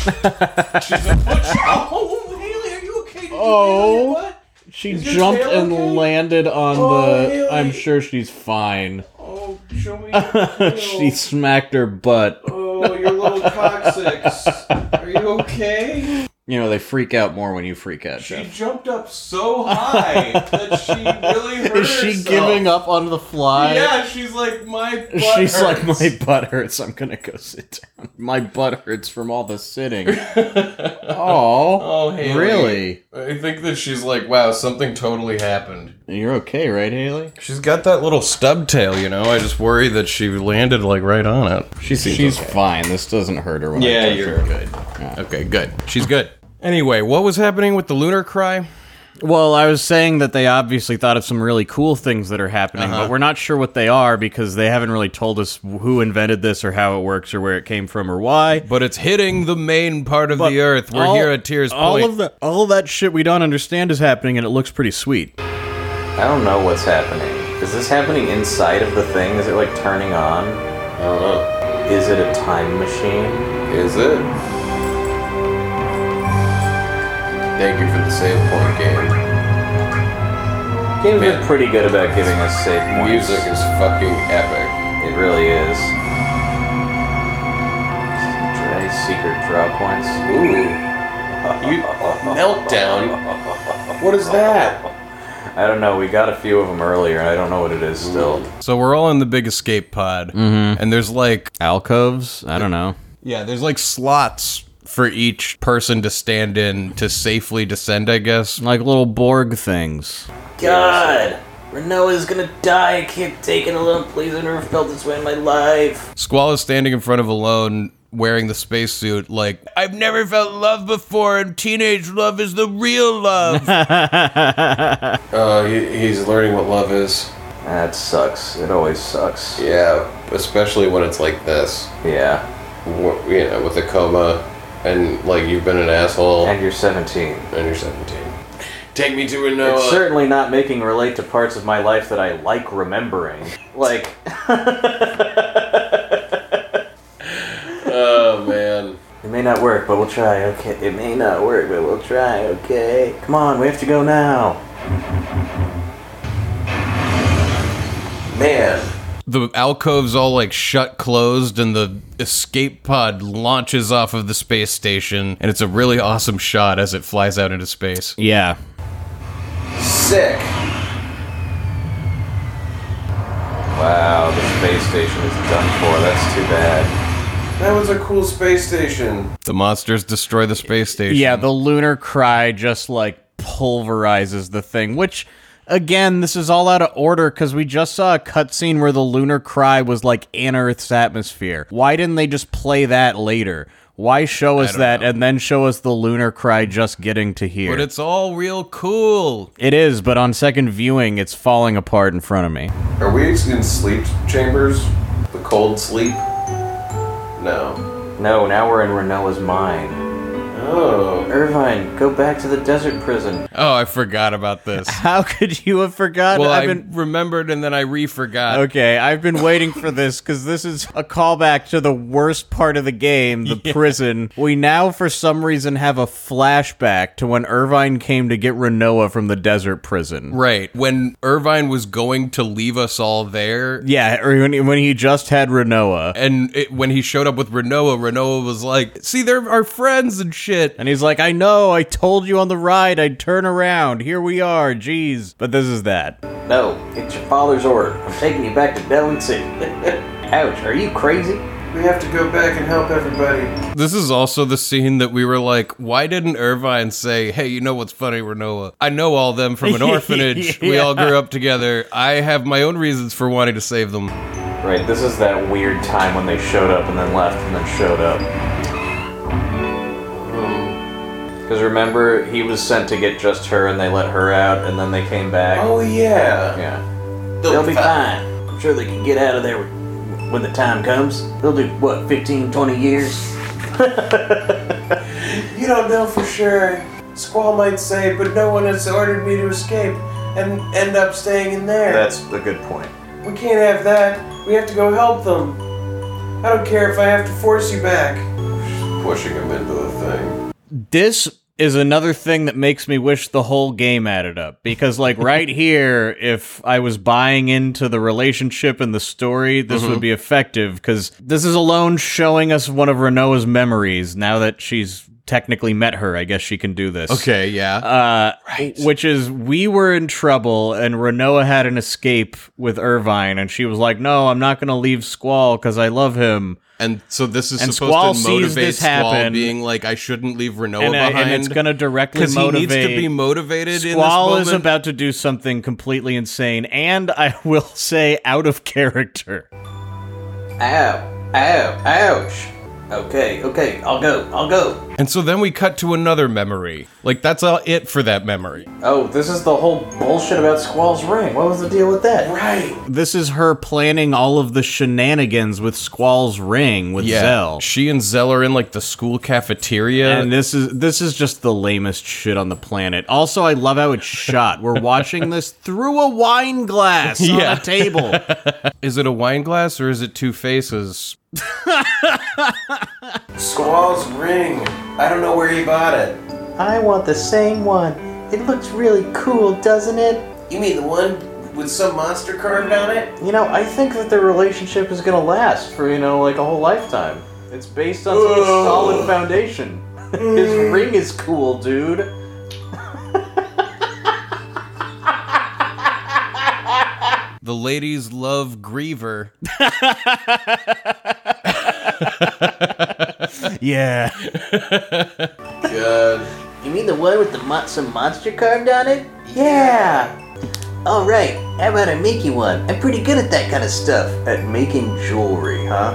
H: she's a butch. Oh, Haley, are you okay? Did you
D: Oh.
H: really- what?
D: She
H: Is your jumped tail and okay?
D: landed on
H: Oh, the- I'm Haley.
D: sure she's fine.
H: Oh, show me. Your
D: she smacked her butt.
H: oh, your little coccyx. Are you okay?
D: You know, they freak out more when you freak out,
H: She
D: Jeff.
H: jumped up so high that she really hurt
D: Is she
H: herself.
D: giving up on the fly?
H: Yeah, she's like my. Butt
D: She's like,
H: hurts."
D: my butt hurts. I'm gonna go sit down. My butt hurts from all the sitting. oh,
H: Oh, Haley.
D: really?
H: I think that she's like, wow, something totally happened.
D: You're okay, right, Haley?
H: She's got that little stub tail, you know. I just worry that she landed like right on it.
D: She she's fine. This doesn't hurt her. When I touch her.
H: good. Okay, good. She's good. Anyway, what was happening with the lunar cry?
D: Well, I was saying that they obviously thought of some really cool things that are happening,
H: Uh-huh.
D: but we're not sure what they are because they haven't really told us who invented this or how it works or where it came from or why.
H: But it's hitting the main part of
D: But
H: the earth. We're
D: all-
H: here at Tears
D: all
H: Point.
D: Of the, all that shit we don't understand is happening, and it looks pretty sweet.
E: I don't know what's happening. Is this happening inside of the thing? Is it like turning on?
A: I don't know.
E: Is it a time machine?
A: Is it? Thank you for the save point game.
E: Game's been
A: Man.
E: pretty good about giving us safe points.
A: Music is fucking epic.
E: It really is. Dry secret draw points.
A: Ooh.
E: Oh,
A: You meltdown. What is that?
E: I don't know. We got a few of them earlier. and I don't know what it is still.
H: So we're all in the big escape pod, and there's like
D: Alcoves? I don't know.
H: yeah, there's like slots for each person to stand in to safely descend. I guess.
D: Like little Borg things.
E: God, Renault is gonna die. I can't take it alone. Please, I've never felt this way in my life.
H: Squall is standing in front of alone. Wearing the spacesuit, like, I've never felt love before, and teenage love is the real love.
A: Uh, he, he's learning what love is.
E: That sucks. It always sucks.
A: Yeah, especially when it's like this.
E: Yeah.
A: Wh- You know, with a coma, and like you've been an asshole,
E: And
A: and
E: you're 17.
A: you're 17. Take me to a
E: It's
A: Noah.
E: certainly not making relate to parts of my life that I like remembering. Like,
A: oh man.
E: it may not work, but we'll try. Okay. It may not work, but we'll try. Okay. Come on, we have to go now.
A: Man.
H: the alcoves all like shut closed and the escape pod launches off of the space station and it's a really awesome shot as it flies out into space
D: Yeah.
A: Sick.
E: Wow, Oh, the space station is done for. That's too bad.
A: That was a cool space station.
H: the monsters destroy the space station
D: Yeah, the lunar cry just like pulverizes the thing, which again, this is all out of order because we just saw a cutscene where the lunar cry was like in Earth's atmosphere. Why didn't they just play that later? Why show us
H: don't
D: that
H: know.
D: and then show us the lunar cry just getting to here?
H: but it's all real cool
D: It is, but on second viewing, it's falling apart in front of me.
A: Are we in sleep chambers? The cold sleep? No.
E: No, now we're in Renault's mind.
A: Oh.
E: Irvine, go back to the desert prison.
H: oh i forgot about this
D: How could you have forgotten?
H: well i
D: I've been. Oh.
H: remembered and then i re-forgot
D: Okay, I've been waiting for this because this is a callback to the worst part of the game, the prison. We now, for some reason, have a flashback to when Irvine came to get Renoa from the desert prison.
H: right when irvine was going to leave us all there
D: Yeah, or when, when he just had Renoa.
H: and it, when he showed up with Renoa, Renoa was like, "See, they're our friends and shit."
D: And he's like, I know, I told you on the ride I'd turn around. Here we are, jeez. But this is that.
E: No, it's your father's order. I'm taking you back to Dellen City. Ouch, are you crazy?
A: We have to go back and help everybody.
H: This is also the scene that we were like, why didn't Irvine say, hey, you know what's funny, Renoa? I know all them from an orphanage. We all grew up together. I have my own reasons for wanting to save them.
E: Right, this is that weird time when they showed up and then left and then showed up. Because remember, he was sent to get just her and they let her out and then they came back.
A: Oh yeah.
E: Yeah. They'll be fine. I'm sure they can get out of there when the time comes. They'll do, what, 15, 20 years?
A: You don't know for sure. Squall might say, but no one has ordered me to escape and end up staying in there.
E: That's a good point.
A: we can't have that. We have to go help them. I don't care if I have to force you back. Pushing him into the thing.
D: this is another thing that makes me wish the whole game added up because like right here if i was buying into the relationship and the story this would be effective because this is alone showing us one of renoa's memories now that she's technically met her i guess she can do this
H: Okay, yeah.
D: uh, which is we were in trouble and Renoa had an escape with Irvine and she was like, "No, Oh, I'm not going to leave Squall cuz I love him."
H: and so this is
D: and
H: supposed
D: Squall
H: to
D: sees
H: motivate
D: this
H: Squall
D: happen.
H: being like, I shouldn't leave Renoa
D: And, uh,
H: behind.
D: and it's going to directly
H: Because he
D: motivate
H: needs to be motivated
D: Squall
H: in this
D: is
H: moment.
D: about to do something completely insane, and I will say out of character.
E: Ow, ow, ouch. Okay, okay, I'll go, I'll go.
H: and so then we cut to another memory. Like, that's all it for that memory.
E: Oh, this is the whole bullshit about Squall's ring. What was the deal with that? Right.
D: This is her planning all of the shenanigans with Squall's ring with
H: Yeah.
D: Zell.
H: She and Zell are in like the school cafeteria.
D: And this is this is just the lamest shit on the planet. Also, I love how it's shot. We're watching this through a wine glass
H: Yeah.
D: on a table.
H: is it a wine glass or is it two faces?
A: Squall's ring. I don't know where he bought it.
E: I want the same one. It looks really cool, doesn't it?
A: You mean the one with some monster carved on it?
E: You know, I think that their relationship is gonna last for, you know, like a whole lifetime. It's based on such a solid foundation. His ring is cool, dude.
H: The ladies love Griever.
D: Yeah.
A: God.
E: You mean the one with the mo- some monster carved on it? Yeah. All right. How about I make you one? I'm pretty good at that kind of stuff. At making jewelry, huh?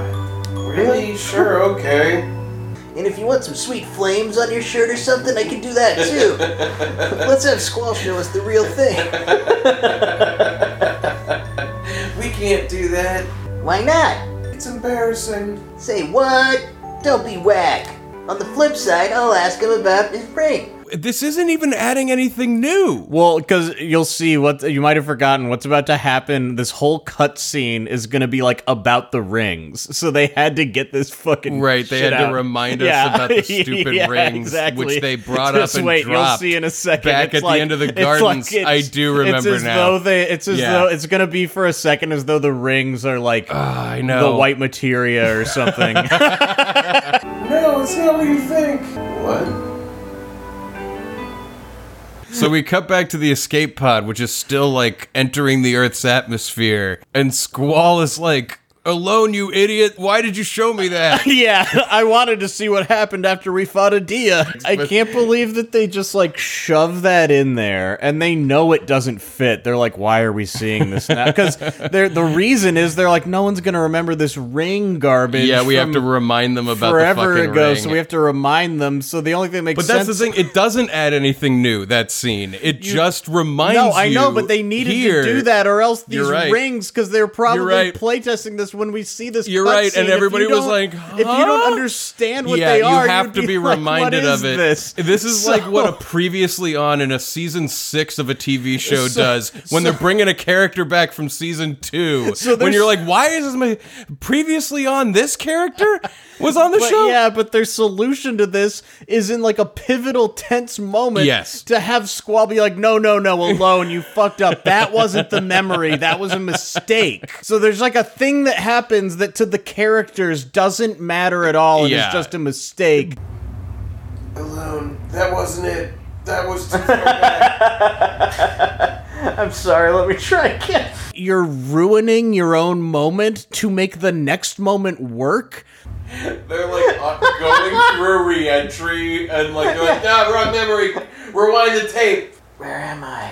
A: Really? Sure, okay.
E: And if you want some sweet flames on your shirt or something, I can do that too. Let's have Squall show us the real thing.
A: We can't do that.
E: Why not?
A: It's embarrassing.
E: Say what? Don't be whack. On the flip side, I'll ask him about his ring.
H: This isn't even adding anything new.
D: Well, because you'll see what you might have forgotten. What's about to happen? This whole cutscene is going to be like about the rings. So they had to get this fucking
H: Right, they
D: shit
H: had to
D: out.
H: remind us about the stupid rings, which they brought
D: Just
H: up and
D: wait,
H: dropped
D: You'll see in a second.
H: back
D: It's
H: at the
D: like-
H: end of the
D: it's
H: gardens.
D: like
H: I
D: it's-
H: do remember
D: it's as
H: now.
D: Though they, it's as
H: Yeah. Uh,
D: though it's going to be for a second as though the rings are like
H: Ah, I know.
D: the white materia or something.
A: No, it's not what you think. What?
H: So we cut back to the escape pod, which is still like entering the Earth's atmosphere, and Squall is like, "Alone, you idiot! Why did you show me that?"
D: Yeah, I wanted to see what happened after we fought Adia. I can't believe that they just like shove that in there and they know it doesn't fit. They're like, why are we seeing this now? Because the reason is they're like, no one's going to remember this ring garbage.
H: yeah, we have
D: from
H: to remind them about
D: forever
H: the fucking
D: ago,
H: ring.
D: so we have to remind them. So the only thing that makes
H: but that's
D: sense.
H: the thing; it doesn't add anything new. That scene, it just reminds
D: No, I know,
H: you
D: but they needed
H: here-
D: to do that, or else these
H: You're right.
D: rings, because they're probably
H: right.
D: playtesting this when we see this.
H: You're
D: cut
H: right, and
D: scene, if you
H: everybody was
D: don't-
H: like,
D: "If you
H: huh?
D: don't understand what
H: yeah,
D: they are,
H: you have
D: you'd
H: to be,
D: like,
H: reminded
D: "What
H: of
D: is
H: it.
D: This,
H: is
D: So-
H: like what a previously on in a season six of a TV show
D: So-
H: does when
D: so-
H: they're bringing a character back from season two.
D: So
H: when you're
D: there's-
H: like, why is this my previously on this character was on the
D: But
H: show?
D: yeah, but their solution to this is in like a pivotal, tense moment.
H: Yes.
D: To have Squall be like, no, no, no, alone, you fucked up. That wasn't the memory. That was a mistake. So there's like a thing that happens that to the characters doesn't matter at all and
H: Yeah.
D: is just a mistake.
A: Alone. That wasn't it. That was too far back.
E: I'm sorry, let me try again.
D: You're ruining your own moment to make the next moment work.
A: They're like uh, going through re-entry and like going, nah, wrong memory. Rewind the tape.
E: Where am I?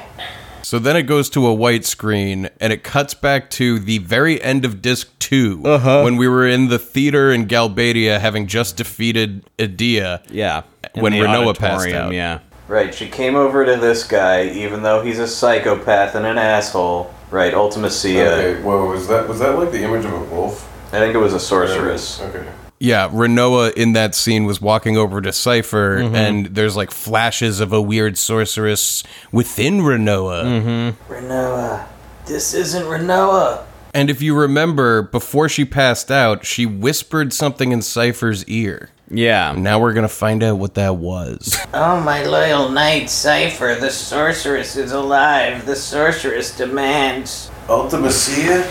H: So then it goes to a white screen and it cuts back to the very end of disc 2 when we were in the theater in Galbadia having just defeated Adia.
D: Yeah.
H: in When the Renoa passed auditorium, out.
D: Yeah.
E: Right, she came over to this guy, even though he's a psychopath and an asshole. Right, Ultimacia.
A: Okay, whoa, was that was that like the image of a wolf?
E: I think it was a sorceress.
A: Okay.
H: Yeah, Renoa in that scene was walking over to Cypher,
D: Mm-hmm.
H: and there's like flashes of a weird sorceress within Renoa.
E: Renoa. This isn't Renoa.
H: And if you remember, before she passed out, she whispered something in Cypher's ear.
D: Yeah.
H: Now we're gonna find out what that was.
E: Oh, my loyal knight, Cypher, the sorceress is alive. The sorceress demands.
A: Ultimacia?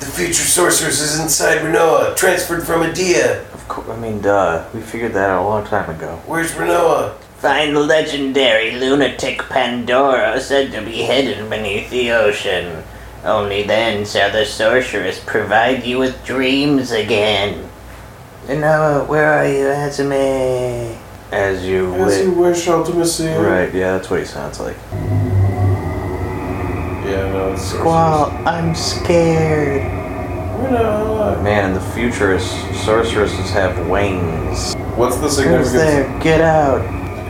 A: The future sorceress is inside Renoa, transferred from Adia.
E: Of course, I mean, duh. We figured that out a long time ago.
A: Where's Renoa?
E: Find legendary lunatic Pandora said to be hidden beneath the ocean. Only then shall the sorceress provide you with dreams again. And now, where are you, Azumi? As you wish.
A: wish, Ultimacia.
E: Right, yeah, that's what he sounds like.
A: Yeah, no, it's
E: Squall, I'm scared.
A: Renoa.
E: Man, the futurist sorceresses have wings.
A: What's the
E: Who's
A: significance?
E: there? Get out.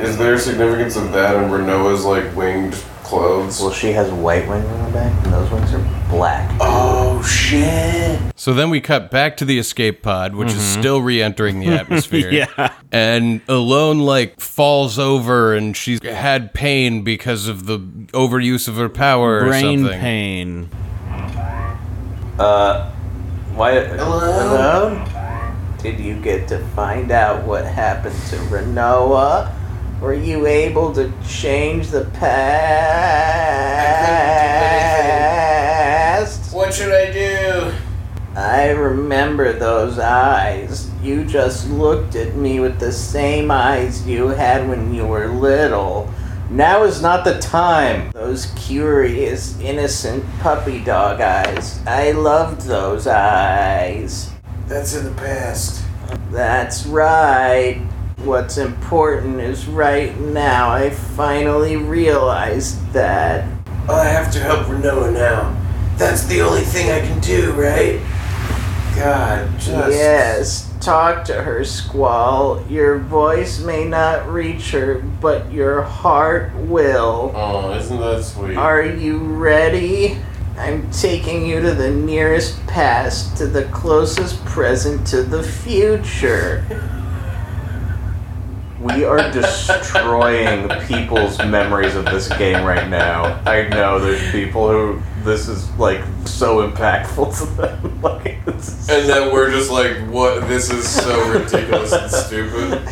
A: Is there significance of that in Renoa's like winged clothes?
E: Well, she has white wings on the back, and those wings are black.
A: Oh shit!
H: so then we cut back to the escape pod, which is still re entering the atmosphere.
D: Mm-hmm. Yeah.
H: And Alone, like, falls over and she's had pain because of the overuse of her power or
D: Brain
H: something.
D: pain.
E: Why? Hello? Did you get to find out what happened to Renoa? Were you able to change the past?
A: What should I do?
E: I remember those eyes. You just looked at me with the same eyes you had when you were little. Now is not the time. Those curious, innocent puppy dog eyes. I loved those eyes.
A: That's in the past.
E: That's right. What's important is right now. I finally realized that.
A: I have to help Renoa now. That's the only thing I can do, right? God, just.
E: Yes, talk to her, Squall. Your voice may not reach her, but your heart will.
A: Oh, isn't that sweet?
E: Are you ready? I'm taking you to the nearest past, to the closest present, to the future. We are destroying people's memories of this game right now. I know there's people who this is like so impactful to them. Like, this is
A: And then we're just like, what? This is so ridiculous and stupid.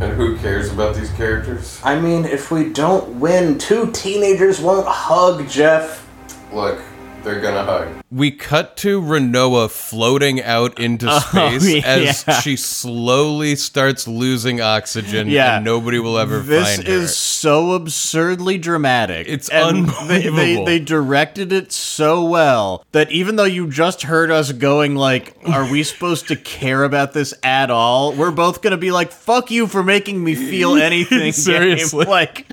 A: And who cares about these characters?
E: I mean, if we don't win, two teenagers won't hug, Jeff.
A: Look, they're gonna hug.
H: We cut to Renoa floating out into space as
D: Oh, yeah.
H: she slowly starts losing oxygen
D: Yeah.
H: and nobody will ever
D: This
H: find her.
D: is so absurdly dramatic.
H: It's
D: they- They,
H: unbelievable.
D: they directed it so well that even though you just heard us going like, "Are we supposed to care about this at all?" We're both gonna be like, "Fuck you for making me feel anything." game."
H: Seriously.
D: like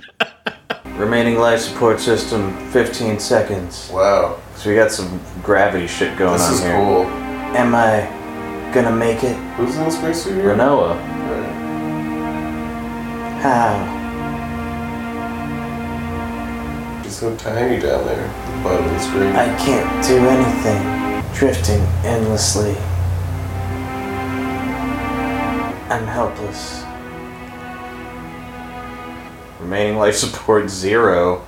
E: Remaining life support system, 15 seconds.
A: Wow,
E: So we got some gravity shit going
A: this
E: on
A: is
E: here.
A: cool.
E: Am I gonna make it?
A: Who's in the spacesuit here?
E: Renoa.
A: Right.
E: How?
A: She's so tiny down there, at the bottom of the screen.
E: I can't do anything. Drifting endlessly. I'm helpless. Remaining life support zero.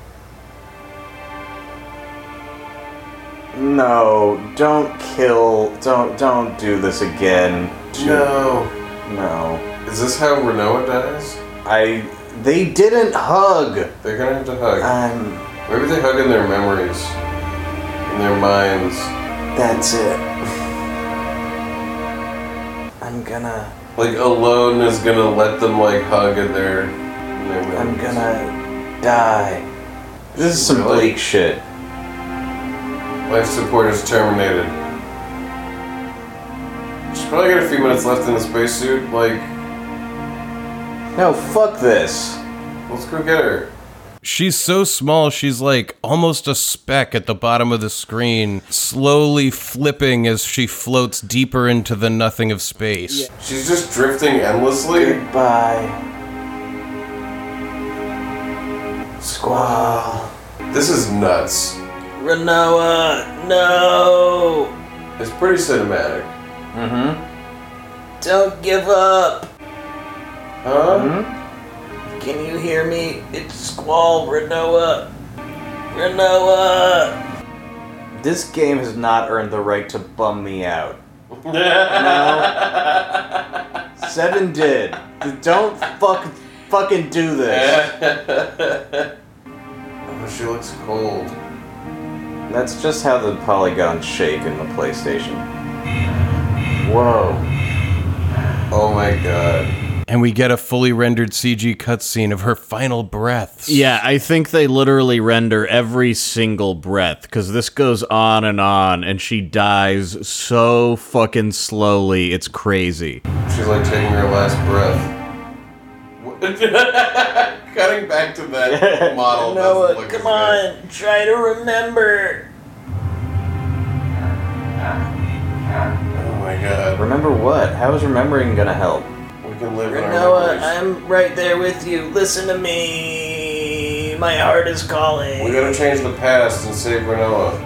E: No, don't kill. Don't don't do this again.
A: no.
E: No.
A: Is this how Renoa dies?
E: I they didn't hug.
A: They're gonna have to hug.
E: I'm
A: Maybe they hug in their memories, in their minds.
E: that's it. I'm gonna
A: Like alone is gonna let them like hug in their, in their memories.
E: I'm gonna die. This is some
A: Really?
E: bleak shit.
A: Life support is terminated. She's probably got a few minutes left in the spacesuit. Like,
E: No, fuck this.
A: let's go get her.
H: She's so small, she's like almost a speck at the bottom of the screen, slowly flipping as she floats deeper into the nothing of space.
A: She's just drifting endlessly.
E: Goodbye. Squall.
A: This is nuts.
E: Renoa, no!
A: It's pretty cinematic.
E: Don't give up!
A: Huh?
E: Can you hear me? It's Squall, Renoa! Renoa! This game has not earned the right to bum me out. No. Seven did. Don't fuck, fucking do this.
A: Oh, she looks cold.
E: That's just how the polygons shake in the PlayStation. Whoa.
A: Oh my god.
H: And we get a fully rendered CG cutscene of her final breaths.
D: Yeah, I think they literally render every single breath because this goes on and on, and she dies so fucking slowly. It's crazy.
A: She's like taking her last breath. What- Cutting back to that model. doesn't
E: Noah,
A: look
E: come
A: as good.
E: on, try to remember.
A: Oh my god.
E: Remember what? How is remembering gonna help?
A: We can live in our
E: Noah,
A: memories.
E: I'm right there with you. Listen to me. My heart is calling.
A: We gotta change the past and save Renoa.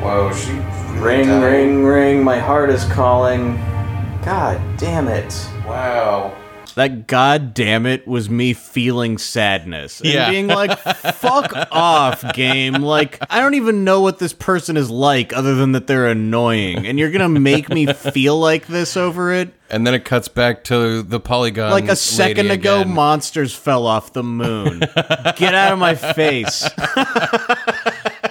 A: Wow, she. really
E: Ring,
A: died.
E: ring, ring. My heart is calling. God damn it.
A: Wow.
D: That god damn it was me feeling sadness and
H: Yeah.
D: being like, "Fuck off, game!" Like I don't even know what this person is like other than that they're annoying, and you're gonna make me feel like this over it.
H: And then it cuts back to the polygon.
D: Like
H: lady
D: a second ago,
H: again.
D: monsters fell off the moon. Get out of my face.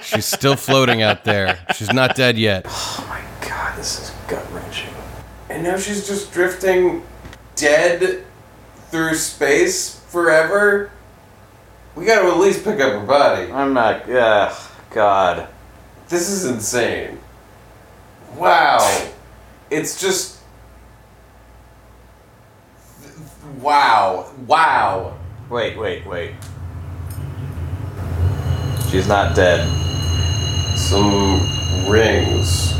H: She's still floating out there. She's not dead yet.
E: God, this is gut wrenching.
A: And now she's just drifting dead through space forever. We gotta at least pick up her body.
I: I'm not. Ugh, God.
A: This is insane. Wow. It's just. Wow. Wow.
I: Wait, wait, wait. She's not dead.
A: Some rings.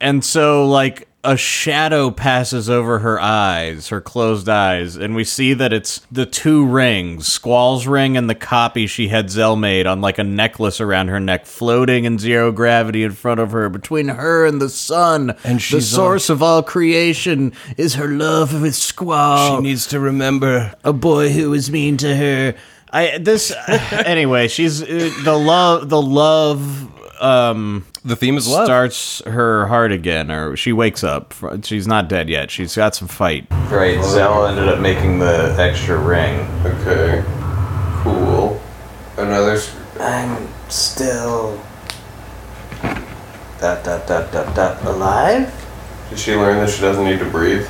D: And so, like, a shadow passes over her eyes, her closed eyes, and we see that it's the two rings Squall's ring and the copy she had Zell made on, like, a necklace around her neck, floating in zero gravity in front of her, between her and the sun.
H: And
D: the
H: she's
D: source of all creation is her love of his Squall,
H: She needs to remember.
D: a boy who was mean to her. I this anyway. She's uh, the love, the love. Um,
H: The theme is love.
D: starts her heart again, or she wakes up. She's not dead yet. She's got some fight.
I: Right, Zell ended up making the extra ring.
A: Okay. Cool. Another. s-
I: I'm still. Dot, dot, dot, dot, dot. Alive?
A: Did she learn that she doesn't need to breathe?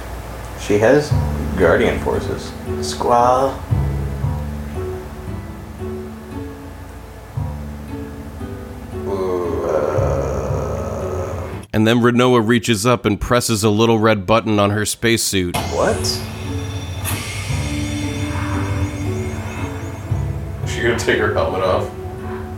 I: She has guardian forces. Squall.
H: And then Renoa reaches up and presses a little red button on her spacesuit.
I: What?
A: Is she gonna take her helmet off?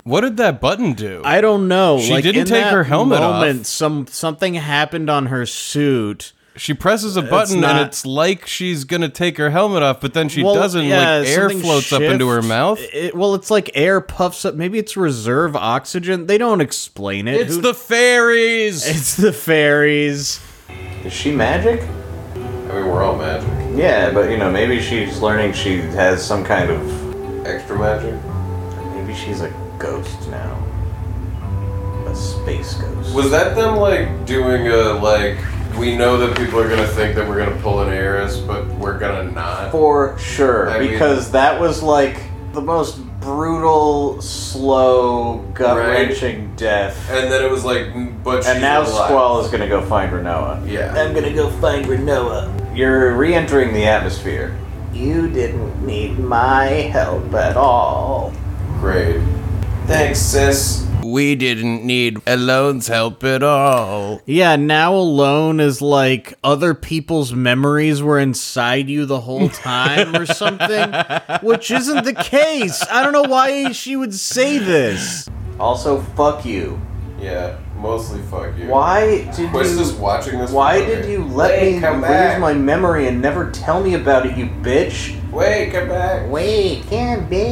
H: What did that button do?
D: I don't know.
H: She
D: like,
H: didn't
D: in
H: take
D: that
H: her helmet off.
D: moment, Some something happened on her suit.
H: she presses a button
D: not-
H: and it's like she's gonna take her helmet off, but then she
D: Well,
H: doesn't.
D: yeah,
H: like air
D: something
H: floats up into her
D: shift.
H: mouth.
D: It- well, it's like air puffs up. Maybe it's reserve oxygen. They don't explain it.
H: It's
D: Who-
H: the fairies.
D: it's the fairies.
I: Is she magic?
A: I mean, we're all magic.
I: Yeah, but you know, maybe she's learning she has some kind of.
A: Extra magic?
I: Maybe she's a ghost now. A space ghost.
A: Was that them, like, doing a, like, we know that people are gonna think that we're gonna pull an Eris, but we're gonna not?
I: For sure,
A: I mean-
I: because that was like the most brutal, slow, gut wrenching death.
A: And then it was like, mm, but she's
I: And now
A: alive.
I: Squall is gonna go find Renoa.
A: Yeah.
I: I'm gonna go find Renoa. You're re entering the atmosphere. You didn't need my help at all.
A: Great. Thanks, sis.
H: We didn't need Alone's help at all.
D: Yeah, now alone is like other people's memories were inside you the whole time or something, which isn't the case. I don't know why she would say this.
I: Also, fuck you.
A: Yeah, mostly fuck you.
I: Why did
A: Quist
I: you.
A: is watching this.
I: Why
A: with me.
I: did you let
A: Wait,
I: me
A: come
I: lose
A: back.
I: my memory and never tell me about it, you bitch?
A: Wait, come back.
I: Wait, can't be.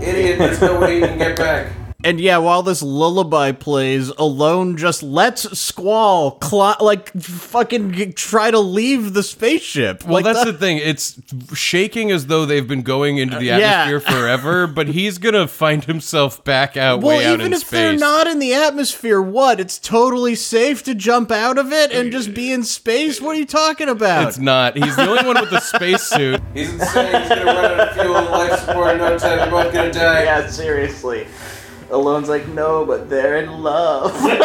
A: Idiot, there's no way you can get back.
D: And yeah, while this lullaby plays, alone just lets Squall cli- like fucking g- try to leave the spaceship.
H: Well,
D: Like,
H: that's
D: that-
H: the thing. It's shaking as though they've been going into the
D: Uh, yeah.
H: atmosphere forever, but he's gonna find himself back out
D: well,
H: way out
D: even
H: in
D: if
H: space.
D: they're not in the atmosphere, what? It's totally safe to jump out of it and just be in space. What are you talking about?
H: it's not. He's the only one with a spacesuit.
A: He's insane. He's gonna run out of fuel and life support in no time. They're both gonna die.
I: Yeah, seriously. Alone's like, no, but they're in love.
A: They're in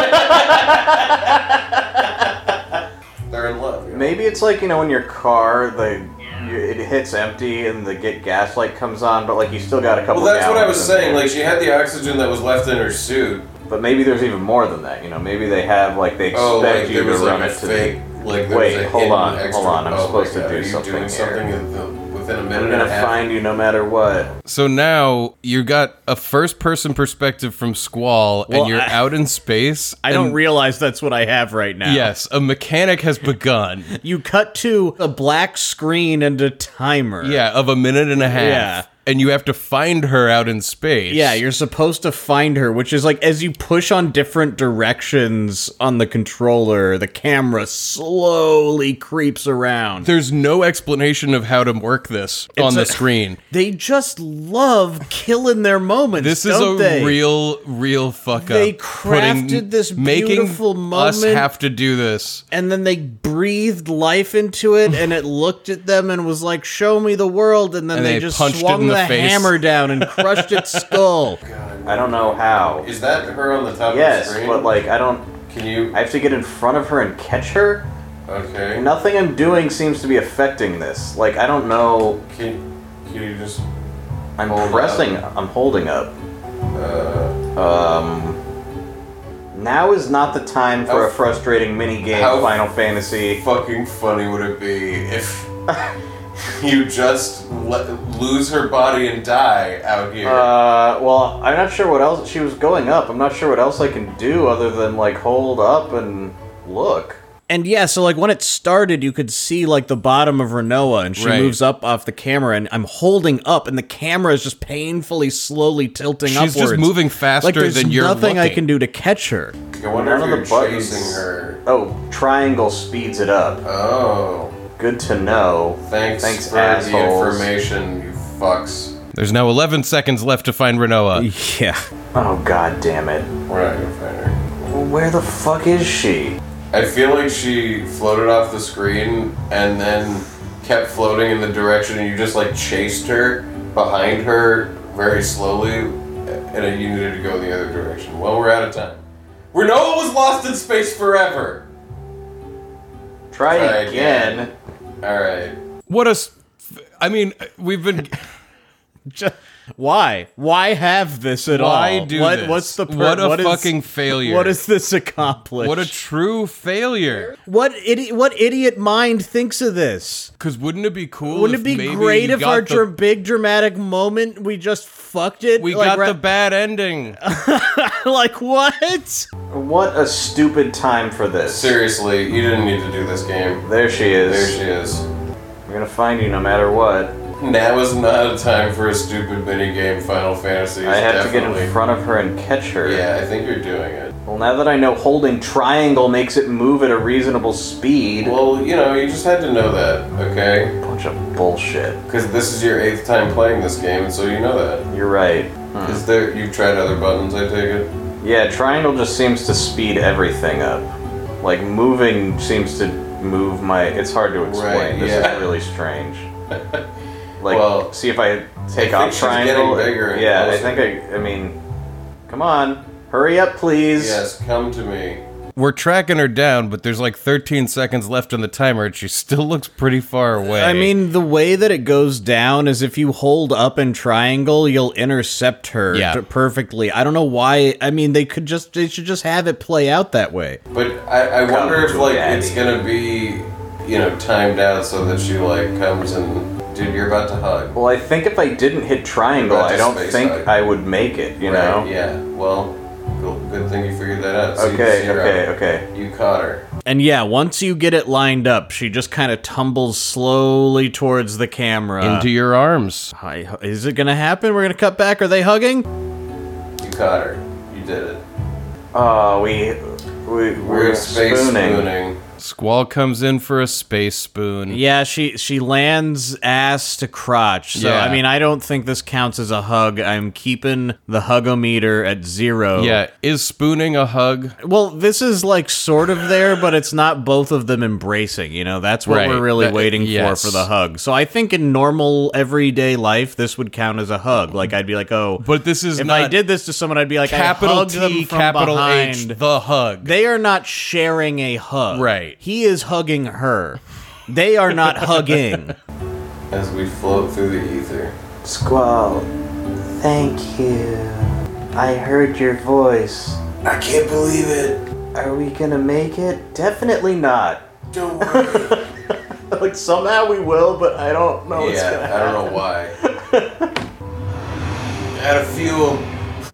A: love. you know?
I: Maybe it's like you know in your car, the you, it hits empty and the get gas light comes on, but like you still got a couple.
A: Well, that's what I was
I: gallons in
A: saying.
I: there.
A: Like, she had the oxygen that was left in her suit.
I: but maybe there's even more than that. You know, maybe they have like they expect
A: Oh, like,
I: you
A: there
I: to
A: was
I: run
A: like a
I: it to.
A: fake. Like, there
I: Wait,
A: was a
I: hold
A: hidden
I: on, hold
A: extra-
I: on, I'm
A: oh my
I: supposed to
A: God,
I: do
A: are you
I: something
A: doing something
I: here.
A: in the- within a minute
I: We're
A: and
I: gonna
A: a half?
I: find you no matter what.
H: So now you got a first-person perspective from Squall,
D: Well,
H: and you're
D: I-
H: out in space.
D: I don't
H: and-
D: realize that's what I have right now.
H: Yes, a mechanic has begun.
D: You cut to a black screen and a timer.
H: yeah, of a minute and a half.
D: Yeah.
H: And you have to find her out in space.
D: Yeah, you're supposed to find her, which is like as you push on different directions on the controller, the camera slowly creeps around.
H: There's no explanation of how to work this on the
D: a-
H: screen.
D: They just love killing their moments.
H: This is
D: don't
H: a
D: they?
H: real, real fuck
D: They
H: up. Putting-
D: crafted this beautiful
H: making Us
D: moment.
H: have to do this.
D: and then they breathed life into it and it looked at them and was like show me the world and then
H: And
D: they,
H: they
D: just
H: punched it
D: swung
H: in the
D: the,
H: face.
D: hammer down and crushed its skull
I: I don't know how.
A: Is that her on the top
I: Yes,
A: of the screen?
I: but like I don't.
A: Can you?
I: I have to get in front of her and catch her?
A: Okay.
I: Nothing I'm doing seems to be affecting this. Like, I don't know.
A: Can, can you just?
I: I'm
A: Hold
I: pressing, I'm holding up.
A: Uh,
I: Um, now is not the time for
A: How-
I: a frustrating mini game
A: how-
I: Final Fantasy.
A: fucking funny would it be if you just let, lose her body and die out here?
I: Uh, well, I'm not sure what else she was going up. I'm not sure what else I can do other than like hold up and look.
D: And yeah, so like when it started, you could see like the bottom of Renoa, and she
H: Right.
D: moves up off the camera, and I'm holding up, and the camera is just painfully, slowly tilting
H: She's
D: upwards.
H: just moving faster
D: Like there's
H: than you're
D: nothing I
H: looking.
D: can do to catch her.
A: I wonder
I: None
A: if
I: of
A: you're
I: the buttons-
A: chasing her.
I: Oh, triangle speeds it up.
A: Oh,
I: Good to know.
A: thanks,
I: Thanks,
A: for the
I: assholes.
A: information, you fucks.
H: There's now 11 seconds left to find Renoa.
D: Yeah.
I: Oh god damn it.
A: We're not gonna find her.
I: Well, where the fuck is she?
A: I feel like she floated off the screen and then kept floating in the direction, and you just like chased her behind her very slowly, and you needed to go in the other direction. Well, we're out of time. Renoa was lost in space forever.
I: Try,
A: Try
I: again.
A: again. All right.
H: What a. s- I mean, we've been.
D: Why? Why have this at
H: Why
D: all?
H: do
D: what,
H: this?
D: What's the per-
H: What a
D: what is-
H: fucking failure.
D: What does this accomplish?
H: What a true failure.
D: what idiot? What idiot mind thinks of this?
H: Because wouldn't it be cool?
D: Wouldn't
H: if
D: it be
H: maybe
D: great
H: you
D: if
H: got
D: our
H: the-
D: dra- big dramatic moment we just fucked it?
H: we
D: like, Uh.
H: got the bad ending?
D: the like what?
I: What a stupid time for this.
A: Seriously, you didn't need to do this game.
I: There she
A: There
I: is.
A: she is.
I: We're gonna find you no matter what.
A: Now is not a time for a stupid minigame. Final Fantasy. is
I: I have to get
A: definitely-
I: in front of her and catch her.
A: Yeah, I think you're doing it.
I: Well, now that I know holding triangle makes it move at a reasonable speed.
A: Well, you know, you just had to know that, okay?
I: bunch of bullshit.
A: Because this is your eighth time playing this game, and so you know that.
I: You're right. Hmm.
A: Is there? You've tried other buttons, I take it.
I: Yeah, triangle just seems to speed everything up. Like moving seems to move my. It's hard to explain.
A: Right,
I: this
A: yeah.
I: is really strange. Like,
A: Well,
I: see if I take
A: I think
I: off
A: she's
I: triangle.
A: getting bigger and
I: yeah, I
A: closer.
I: think I. I mean, come on, hurry up, please.
A: Yes, come to me.
H: We're tracking her down, but there's like 13 seconds left on the timer, and she still looks pretty far away.
D: I mean, the way that it goes down is if you hold up and triangle, you'll intercept her
H: Yeah.
D: t- perfectly. I don't know why. I mean, they could just they should just have it play out that way.
A: But I, I wonder if
I: to
A: like
I: daddy.
A: it's gonna be, you know, timed out so that she like comes and, dude, you're about to hug.
I: Well, I think if I didn't hit triangle,
A: About to
I: I don't
A: space
I: think
A: hug.
I: I would make it. You know.
A: Right? Yeah. Well, good, good thing you figured that out. So you
I: Okay.
A: see her
I: Okay.
A: out.
I: Okay.
A: You caught her.
D: And yeah, once you get it lined up, she just kind of tumbles slowly towards the camera.
H: Into your arms.
D: I- is it gonna happen? We're gonna cut back. Are they hugging?
A: You caught her. You did it.
I: Oh, we we
A: We're,
I: we're
A: space
I: spooning.
A: spooning.
H: Squall comes in for a space spoon.
D: Yeah, she she lands ass to crotch. So
H: Yeah.
D: I mean, I don't think this counts as a hug. I'm keeping the hugometer at zero.
H: Yeah, is spooning a hug?
D: Well, this is like sort of there, but it's not both of them embracing. You know, that's what
H: Right.
D: we're really
H: That-
D: waiting
H: yes.
D: for for the hug. So I think in normal everyday life, this would count as a hug. Like I'd be like, oh,
H: But this is
D: if
H: not
D: I did this to someone, I'd be like, I
H: capital
D: hugged them
H: T,
D: from
H: capital
D: behind.
H: H, the hug.
D: They are not sharing a hug.
H: Right.
D: He is hugging her. They are not hugging.
A: As we float through the ether.
I: Squall, thank you. I heard your voice.
A: I can't believe it.
I: Are we gonna make it? Definitely not.
A: Don't worry.
I: Like somehow we will, but I don't know what's gonna
A: yeah, I
I: happen.
A: don't know why. Out of fuel.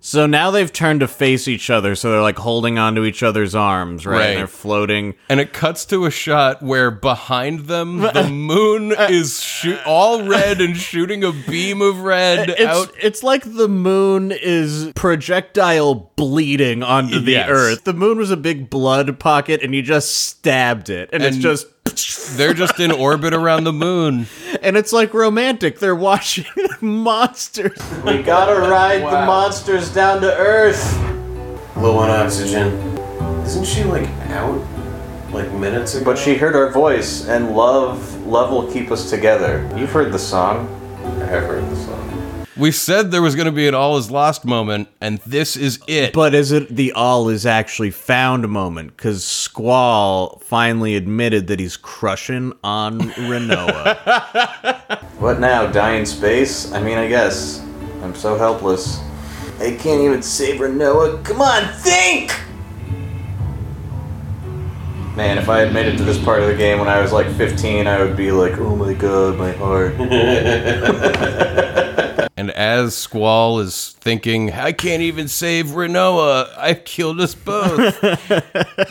D: So now they've turned to face each other, so they're like holding onto each other's arms, right?
H: Right.
D: And they're floating.
H: And it cuts to a shot where behind them the moon is shoo- all red and shooting a beam of red
D: It's
H: out.
D: it's like the moon is projectile bleeding onto the
H: Yes.
D: earth. The moon was a big blood pocket, and you just stabbed it, and, it's
H: And-
D: just
H: They're just in orbit around the moon.
D: and it's like romantic. They're watching monsters.
I: We gotta ride the
A: Wow.
I: monsters down to Earth.
A: Low on oxygen. Isn't she like out? Like minutes ago?
I: But she heard our voice, and love, love will keep us together. You've heard the song.
A: I have heard the song.
H: We said there was going to be an all is lost moment, and this is it.
D: But is it the all is actually found moment? Because Squall finally admitted that he's crushing on Renoa.
I: What now? Die in space? I mean, I guess. I'm so helpless. I can't even save Renoa. Come on, think! Man, if I had made it to this part of the game when I was like 15, I would be like, oh my god, my heart.
H: and as Squall is thinking, I can't even save Renoa, I killed us both.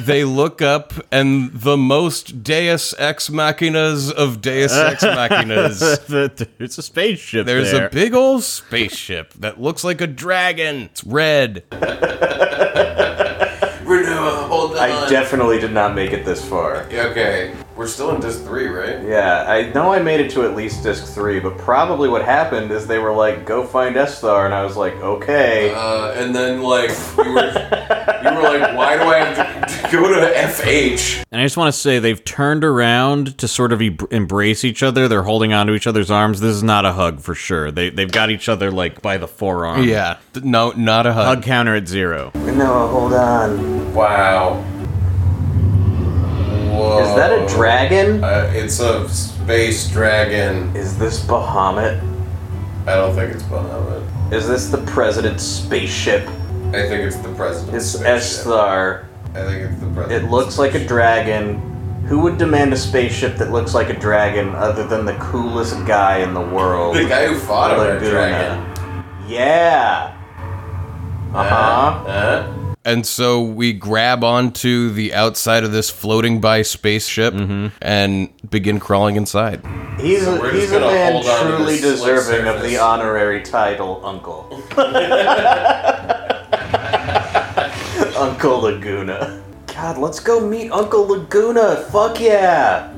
H: they look up, and the most Deus Ex Machinas of Deus Ex Machinas.
D: There's a spaceship
H: There's
D: there.
H: a big old spaceship that looks like a dragon. It's red.
A: Renoa, hold on.
I: I definitely did not make it this far.
A: okay, we're still in disc three, right?
I: Yeah, I know I made it to at least disc 3, but probably what happened is they were like, go find Esthar, and I was like, okay.
A: Uh, and then like you were, you were like, why do I have to, to go to FH?
D: And I just want to say they've turned around to sort of e- embrace each other. They're holding onto each other's arms. This is not a hug for sure. They they've got each other like by the forearm.
H: Yeah. Th- No, not a hug.
D: Hug counter at zero.
I: Renoa, hold on.
A: Wow. Whoa.
I: Is that
A: Oh.
I: a dragon?
A: Uh, it's a space dragon.
I: Is this Bahamut?
A: I don't think it's Bahamut.
I: Is this the president's spaceship?
A: I think it's the president.
I: It's Esthar.
A: I think it's the
I: It
A: president.
I: looks like a dragon. Who would demand a spaceship that looks like a dragon other than the coolest guy in the world?
A: The guy who fought him, a dragon.
I: Laguna. Yeah. Uh huh.
A: Uh-huh.
H: And so we grab onto the outside of this floating by spaceship
D: Mm-hmm.
H: and begin crawling inside.
I: He's
A: So we're
I: a,
A: just
I: he's a
A: gonna
I: man
A: hold on to
I: truly
A: this slick
I: deserving of the
A: surface.
I: honorary title Uncle. Uncle Laguna. God, let's go meet Uncle Laguna. Fuck yeah.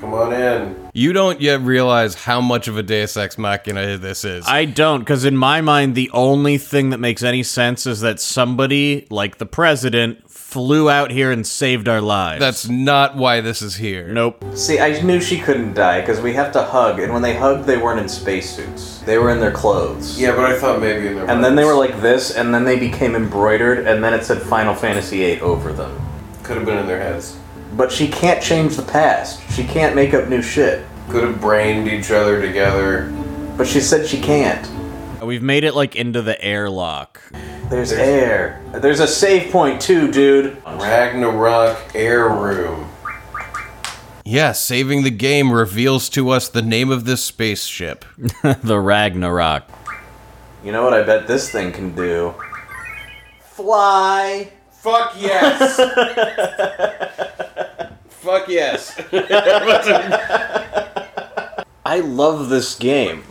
A: Come on in.
H: You don't yet realize how much of a Deus Ex Machina this is.
D: I don't, because in my mind, the only thing that makes any sense is that somebody, like the president, flew out here and saved our lives.
H: That's not why this is here.
D: nope.
I: See, I knew she couldn't die because we have to hug, and when they hugged, they weren't in spacesuits. They were in their clothes.
A: Yeah, but I thought maybe. There
I: And then they were like this, and then they became embroidered, and then it said Final Fantasy VIII over them.
A: could have been in their heads.
I: But she can't change the past. She can't make up new shit.
A: Could have brained each other together.
I: But she said she can't.
D: We've made it like into the airlock.
I: There's, air. There's a save point too, dude.
A: Ragnarok air room.
H: Yeah, saving the game reveals to us the name of this spaceship.
D: the Ragnarok.
I: You know what I bet this thing can do? Fly.
A: Fuck yes. Fuck yes.
I: I love this game.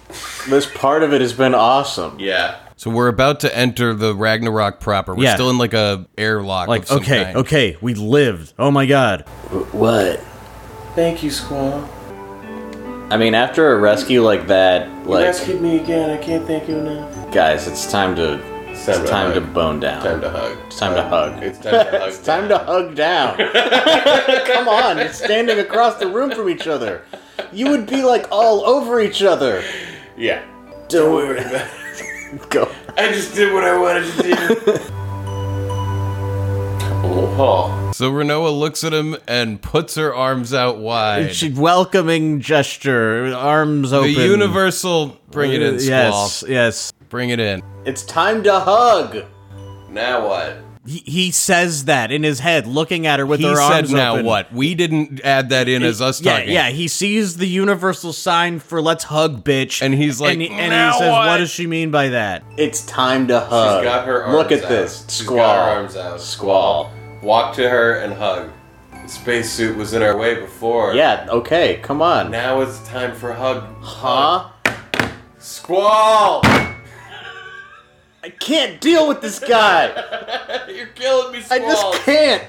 I: This part of it has been awesome.
A: Yeah.
H: So we're about to enter the Ragnarok proper. We're
D: Yeah.
H: still in like a airlock. of
D: Like,
H: some
D: okay,
H: kind.
D: okay, we lived. Oh my god.
I: What?
A: Thank you, Squall.
I: I mean, after a rescue like that, like
A: me again. I can't thank you enough.
I: guys, it's time to it's
A: time to
I: time to
A: hug.
I: bone down.
A: Time to hug.
I: It's time to hug.
A: It's time to hug.
I: It's Uh, time to hug down. Come on, you're standing across the room from each other. You would be like all over each other.
A: Yeah.
I: Don't worry about it. Go.
A: I just did what I wanted to do. oh.
H: So Renoa looks at him and puts her arms out wide.
D: She- welcoming gesture, arms
H: the
D: open.
H: universal bring it in, Squall.
D: Yes, yes.
H: Bring it in.
I: It's time to hug.
A: Now what?
D: He, he says that in his head, looking at her with
H: He
D: her
H: said
D: arms
H: now
D: open.
H: what? We didn't add that in as us
D: yeah,
H: talking.
D: yeah. He sees the universal sign for "Let's hug, bitch,"
H: And he's like,
D: and he, and
H: "Now
D: he says,
H: what?"
D: does she mean by that?"
I: It's time to hug.
A: She's got her arms
I: Uh, Look at
A: out.
I: this.
A: She's
I: Squall.
A: got her arms out.
I: Squall.
A: Walk to her and hug. Spacesuit was in our way before.
I: Yeah, okay, come on.
A: Now it's time for hug.
I: Huh?
A: Squall!
I: I can't deal with this guy.
A: You're killing me,
I: I
A: Squall.
I: just can't.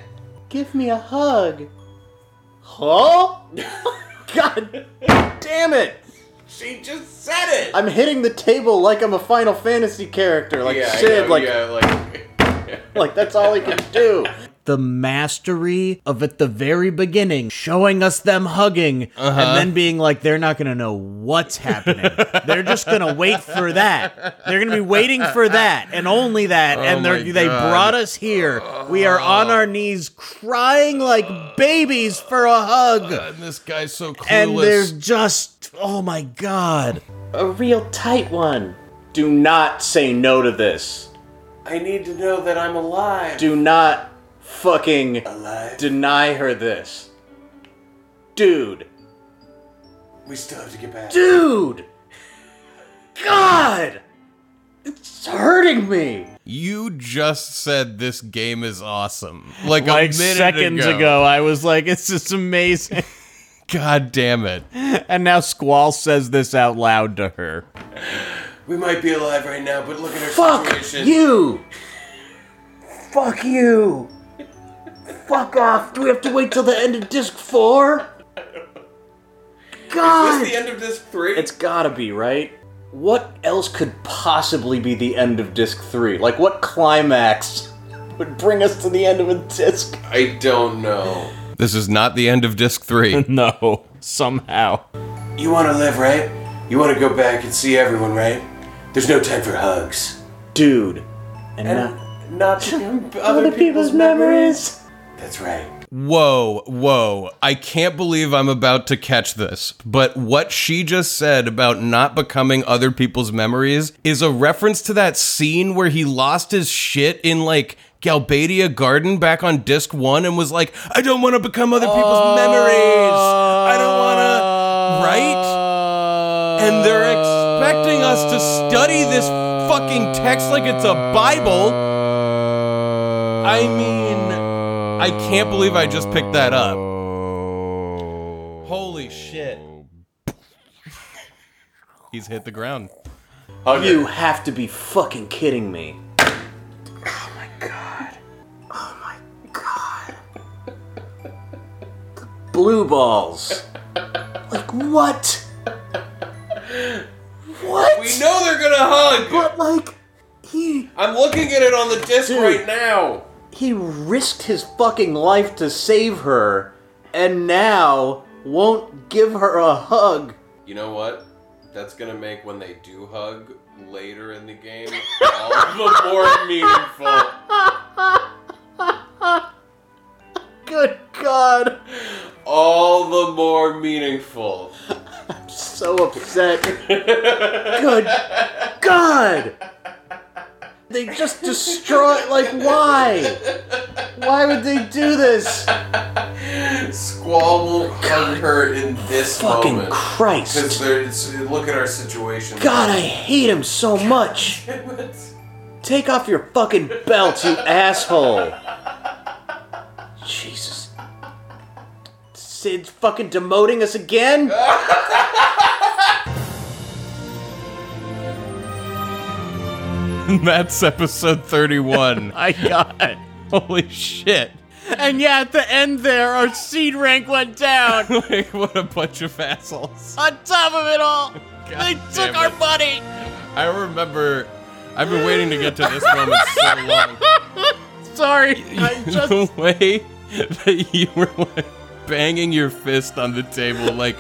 I: Give me a hug. Huh? God damn it.
A: She just said it.
I: I'm hitting the table like I'm a Final Fantasy character, like
A: yeah, I
I: Sid,
A: know,
I: like
A: yeah, like.
I: like that's all he can do.
D: the mastery of at the very beginning showing us them hugging
H: Uh-huh.
D: and then being like, they're not going to know what's happening. they're just going to wait for that. They're going to be waiting for that and only that. and
H: Oh my
D: they're, they
H: God.
D: brought us here. We are on our knees crying like babies for a hug.
H: And this guy's so clueless.
D: and there's just, oh my God.
I: A real tight one. Do not say no to this.
A: I need to know that I'm alive.
I: Do not fucking
A: Alive.
I: deny her this. Dude.
A: We still have to get back.
I: Dude! God! It's hurting me!
H: you just said this game is awesome. Like,
D: like
H: a minute
D: seconds ago. I was like, it's just amazing.
H: God damn it.
D: and now Squall says this out loud to her.
A: We might be alive right now, but look at our
I: Fuck
A: situation.
I: you! Fuck you! Fuck off! Do we have to wait till the end of disc four?
A: Is
I: God!
A: this the end of this three?
I: It's gotta be, right? What else could possibly be the end of disc three? Like, what climax would bring us to the end of a disc?
A: I don't know.
H: This is not the end of disc three.
D: No, somehow.
A: You want to live, right? You want to go back and see everyone, right? There's no time for hugs.
I: Dude. And,
A: Not
I: not-
A: other, That's right.
H: Whoa, whoa. I can't believe I'm about to catch this. But what she just said about not becoming other people's memories is a reference to that scene where he lost his shit in like Galbadia Garden back on disc one and was like, I don't want to become other people's memories. I don't want to. Right? And they're expecting us to study this fucking text like it's a Bible. I mean. I can't believe I just picked that up. Holy shit. He's hit the ground.
A: Hug
I: You
A: her.
I: have to be fucking kidding me. Oh my god. Oh my god. The blue balls. Like what? What?
A: We know they're gonna hug.
I: But like he
A: I'm looking at it on the disc
I: Dude.
A: right now.
I: he risked his fucking life to save her and now won't give her a hug.
A: You know what? That's gonna make when they do hug later in the game all the more meaningful.
I: Good god.
A: All the more meaningful.
I: so upset. Good God! They just destroy. Like, why? Why would they do this?
A: Squall won't hug her in this
I: Fucking
A: moment. Because
I: Christ!
A: look at our situation.
I: God, I hate him so much. Take off your fucking belt, you asshole! Jesus. Sid's fucking demoting us again?
H: That's episode 31.
D: My God.
H: Holy shit.
D: and yeah, at the end there, our seed rank went down.
H: Like, what a bunch of assholes.
D: On top of it all, they
H: damn
D: took our
H: it.
D: money.
H: I remember. I've been waiting to get to this moment so long.
D: Sorry, I
H: the
D: just.
H: way that you were like banging your fist on the table, like,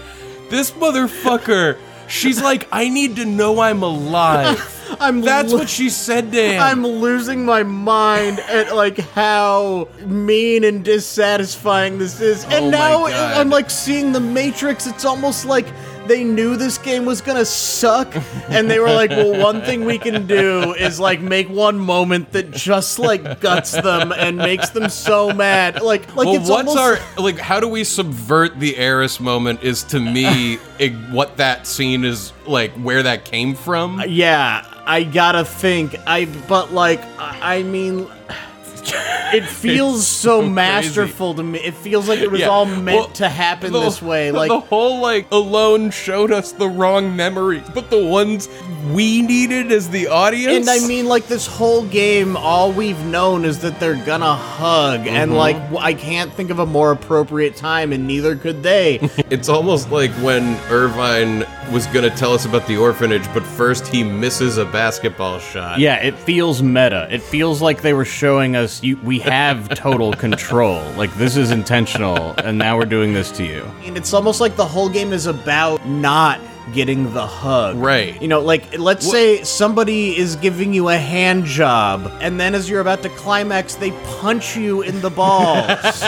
H: this motherfucker, she's like, I need to know I'm alive.
D: I'm
H: That's
D: lo-
H: what she said to him.
D: I'm losing my mind at like how mean and dissatisfying this is. And
H: Oh my
D: now
H: God.
D: I'm like seeing the Matrix. It's almost like they knew this game was gonna suck, and they were like, "Well, one thing we can do is like make one moment that just like guts them and makes them so mad." Like, like
H: well,
D: it's
H: what's
D: almost
H: our like? How do we subvert the heiress moment? Is to me it, what that scene is like, where that came from.
D: Yeah, I gotta think. I but like I I mean, it feels so,
H: crazy.
D: masterful to me. It feels like it was
H: Yeah,
D: all meant
H: well,
D: to happen
H: the-
D: this way. Like
H: the whole like alone showed us the wrong memories, but the ones we needed as the audience.
D: And I mean, like this whole game, all we've known is that they're gonna hug, and
H: Mm-hmm.
D: like w- I can't think of a more appropriate time, and neither could they.
H: it's almost like when Irvine was gonna tell us about the orphanage, but first he misses a basketball shot.
D: Yeah, it feels meta. It feels like they were showing us you, we have total control. Like this is intentional, and now we're doing this to you. And it's almost like the whole game is about not getting the hug.
H: Right.
D: You know, like let's
H: Wha-
D: say somebody is giving you a hand job, and then as you're about to climax, they punch you in the balls.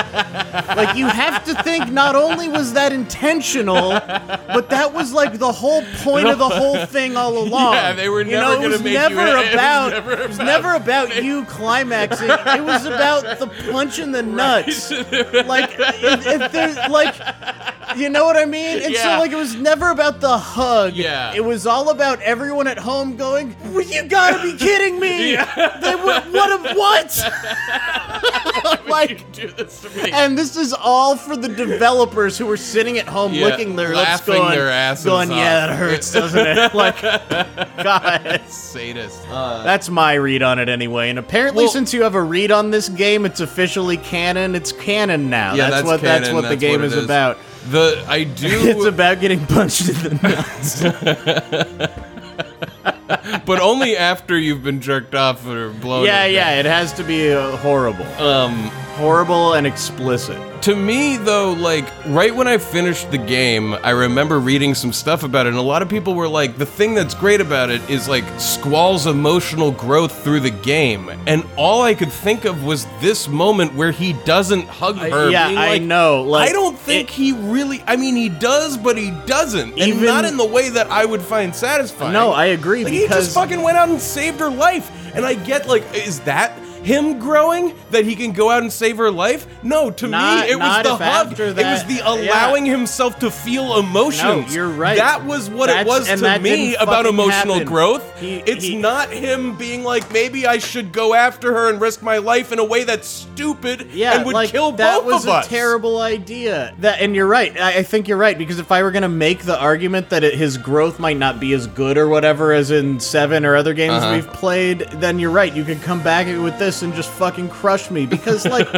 D: like you have to think not only was that intentional, but that was like the whole point of the whole thing all along.
H: Yeah, they were
D: You
H: never
D: know,
H: gonna
D: it was
H: make you-
D: never
H: it was
D: about
H: never
D: it was
H: about-
D: never about you climaxing. It was about the punch in the nuts. Like if, if there, like you know what I mean? And
H: Yeah.
D: so like it was never about the hug.
H: Yeah.
D: It was all about everyone at home going, well, "You got to be kidding me." They were what a- what? like
H: do this to me.
D: and this is all for the developers who were sitting at home
H: Yeah,
D: licking their lips,
H: laughing
D: going,
H: their asses
D: going,
H: off."
D: yeah, that hurts, doesn't it? Like, God,
H: Sadist.
D: that's my read on it anyway. And apparently,
H: Well-
D: since you have a read on this game, it's officially canon. It's canon now.
H: yeah,
D: that's,
H: that's,
D: what that's
H: canon,
D: what the game
H: it
D: is about.
H: The I do.
D: It's about getting punched in the nuts.
H: but only after you've been jerked off or blown.
D: yeah,
H: or-
D: yeah, it has to be uh, horrible,
H: Um,
D: horrible and explicit.
H: to me though, like right when I finished the game, I remember reading some stuff about it, and a lot of people were like, "The thing that's great about it is like Squall's emotional growth through the game." And all I could think of was this moment where he doesn't hug her.
D: yeah,
H: being
D: I
H: like,
D: know. Like,
H: I don't think
D: it-
H: he really. I mean, he does, but he doesn't, and
D: Even-
H: not in the way that I would find satisfying.
D: No, I agree
H: Like, he
D: because
H: just fucking went out and saved her life. And I get like, is that him growing that he can go out and save her life? No, to
D: Not-
H: me it was
D: not
H: the
D: if
H: hug.
D: after
H: it was
D: that-
H: the
D: yeah.
H: allowing himself to feel emotions.
D: No, you're right.
H: That was what it
D: That's-
H: was
D: and
H: to
D: that
H: me
D: didn't
H: about
D: fucking
H: emotional
D: happen.
H: growth.
D: He-
H: it's
D: he-
H: not him being like, maybe I should go after her and risk my life in a way that's stupid
D: yeah,
H: and would
D: like,
H: kill
D: that
H: both
D: was
H: of
D: a
H: us.
D: terrible idea. That and you're right. I, I think you're right because if I were gonna make the argument that it, his growth might not be as good or whatever as in Seven or other games
H: Uh-huh.
D: we've played, then you're right. You could come back with this and just fucking crush me because like,